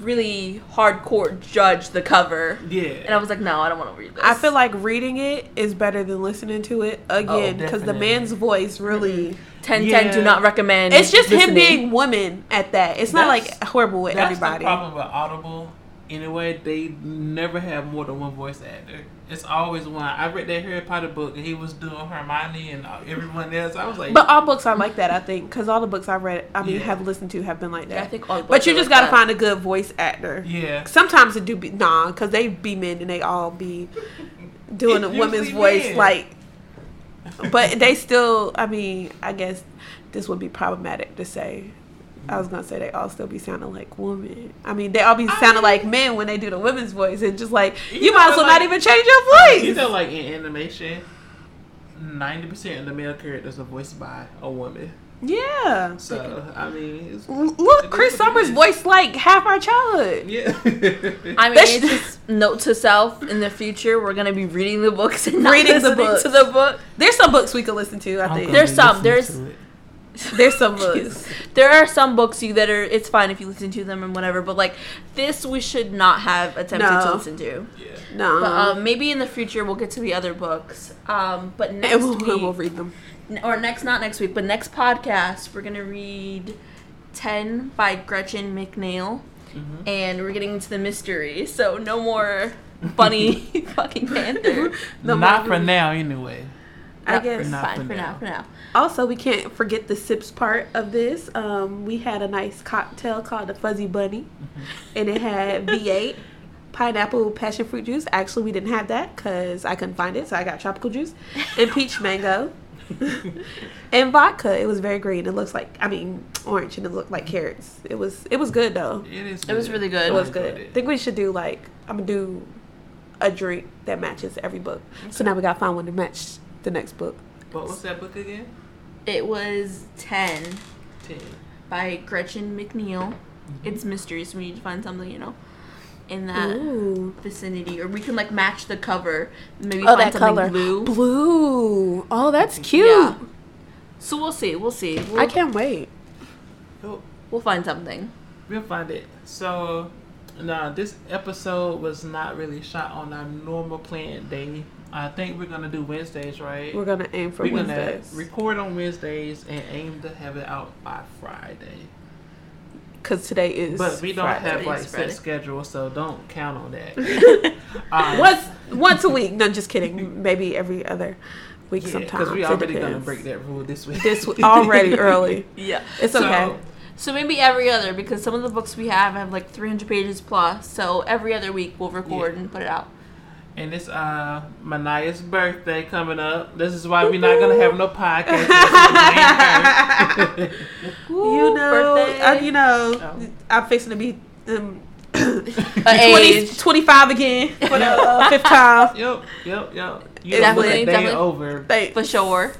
C: really hardcore judge the cover.
A: Yeah.
C: And I was like, no, I don't want to read this.
B: I feel like reading it is better than listening to it again
A: Oh,
B: because the
A: definitely.
B: man's voice really.
C: 1010
A: Yeah.
C: do not recommend.
B: It's just him
C: Mm-hmm. listening.
B: being woman at that. It's not
A: That's-
B: like horrible with
A: That's
B: everybody.
A: the problem with Audible. Anyway, they never have more than one voice actor. It's always one. I read that Harry Potter book and he was doing Hermione and uh, everyone else. I was like,
B: But all books are like that, I think, because all the books I've read, I mean,
A: Yeah.
B: have listened to, have been like that.
C: Yeah, I think all
B: but
C: books
B: you
C: are
B: just
C: like
B: gotta
C: that.
B: find a good voice actor.
A: yeah,
B: Sometimes it do be nah, cause they be men and they all be doing a
A: Usually
B: woman's voice
A: men.
B: like. But they still, I mean, I guess this would be problematic to say. I was gonna say they all still be sounding like women. I mean, they all be
A: I
B: sounding
A: mean-
B: like men when they do the women's voice, and just like you,
A: You know,
B: might as
A: but
B: well
A: like-
B: not even change your voice.
A: you know, like in animation, ninety percent of the male characters are voiced by a woman.
B: yeah.
A: So I mean, it's,
B: L- Look,
A: It
B: Chris
A: is what it
B: Summers
A: is.
B: voiced like half our childhood.
A: yeah,
C: I mean,
B: That's-
C: it's just note to self in the future, we're going to be reading the books and not
B: Reading the
C: listening
B: books.
C: to the book.
B: There's some books we can listen to. I
A: I'm
B: think
A: gonna
C: There's
A: be
C: some,
A: listening
C: there's-
A: to it.
B: there's some books.
C: There are some books you that are it's fine if you listen to them and whatever, but like this we should not have attempted
B: No. Uh-huh.
C: to listen to.
A: yeah.
B: No,
C: But um, maybe in the future we'll get to the other books. Um, but next
B: and we'll,
C: week,
B: we'll read them.
C: or next not next week, but next podcast we're gonna read Ten by Gretchen McNeil,
B: Mm-hmm.
A: Mhm.
C: and we're getting into the mystery. So no more bunny fucking panther.
B: The
A: Not for
B: Margaret-
A: now, anyway.
B: I
C: Not-
B: guess.
C: it's
A: Not
C: fine
A: for
C: for
A: now.
C: now. For now.
B: Also, we can't forget the sips part of this. Um, we had a nice cocktail called the Fuzzy Bunny,
A: Mm-hmm.
B: and it had V8, pineapple passion fruit juice. Actually, we didn't have that because I couldn't find it, so I got tropical juice and peach mango. and vodka. It was very green. It looks like I mean orange, and it looked like carrots. It was it was good though.
A: It is.
C: It was really good.
B: It
C: I
B: was
A: enjoyed
B: good. I
A: it.
B: think we should do like I'm gonna do a drink that matches every book. So now we gotta find one to match the next book.
A: But what's that book again?
C: It was Ten
A: Ten.
C: by Gretchen McNeil. It's mystery, so we need to find something you know in that.
B: Ooh.
C: vicinity, or we can like match the cover. Maybe
B: Oh,
C: find
B: that
C: something
B: color
C: blue.
B: Blue. Oh, that's cute.
C: Yeah. So we'll see. We'll see. We'll,
B: I can't wait.
A: Oh,
C: we'll find something.
A: We'll find it. So, now this episode was not really shot on our normal planned day. I think we're gonna do Wednesdays, right?
B: We're gonna aim for
A: We're gonna
B: Wednesdays
A: record on Wednesdays and aim to have it out by Friday.
B: because today is.
A: But we don't
B: Friday.
A: have like
C: It's
A: set
C: Friday.
A: schedule, so don't count on that. Uh, Um,
B: once once a week. No, just kidding. Maybe every other week
A: yeah,
B: sometimes.
A: we
B: It
A: already gonna
B: depends.
A: break that rule this week.
B: this w- already early.
C: Yeah.
B: It's
A: So,
B: okay.
C: So maybe every other because some of the books we have have like 300 pages plus. So every other week we'll record and put it out.
A: And it's uh Mania's birthday coming up. This is why we're not gonna have no podcast. This is the main thing.
B: you know,
C: birthday.
B: uh, you know,
A: Oh.
B: I'm fixing to be um,
C: Uh,
B: 20,
C: age.
B: 25 again for the uh, fifth time.
A: Yep, yep, yep. You definitely,
C: Definitely, definitely.
A: over.
B: They,
C: For sure.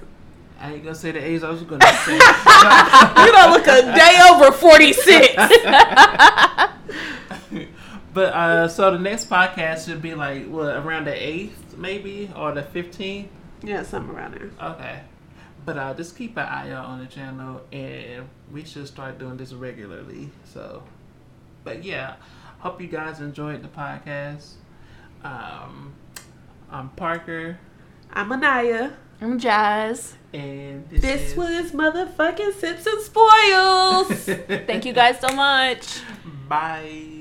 A: I ain't gonna say the age I was gonna say. But-
B: you don't look a day over 46.
A: but uh, so the next podcast should be like what around the eighth, maybe or the fifteenth.
B: yeah, something around there.
A: Okay. But uh, just keep an eye out on the channel, and we should start doing this regularly. So, but yeah, hope you guys enjoyed the podcast. Um, I'm Parker,
B: I'm Anaya.
C: I'm Jazz.
A: and this,
B: This
A: is-
B: was motherfucking Sips and Spoils.
C: Thank you guys so much.
A: Bye.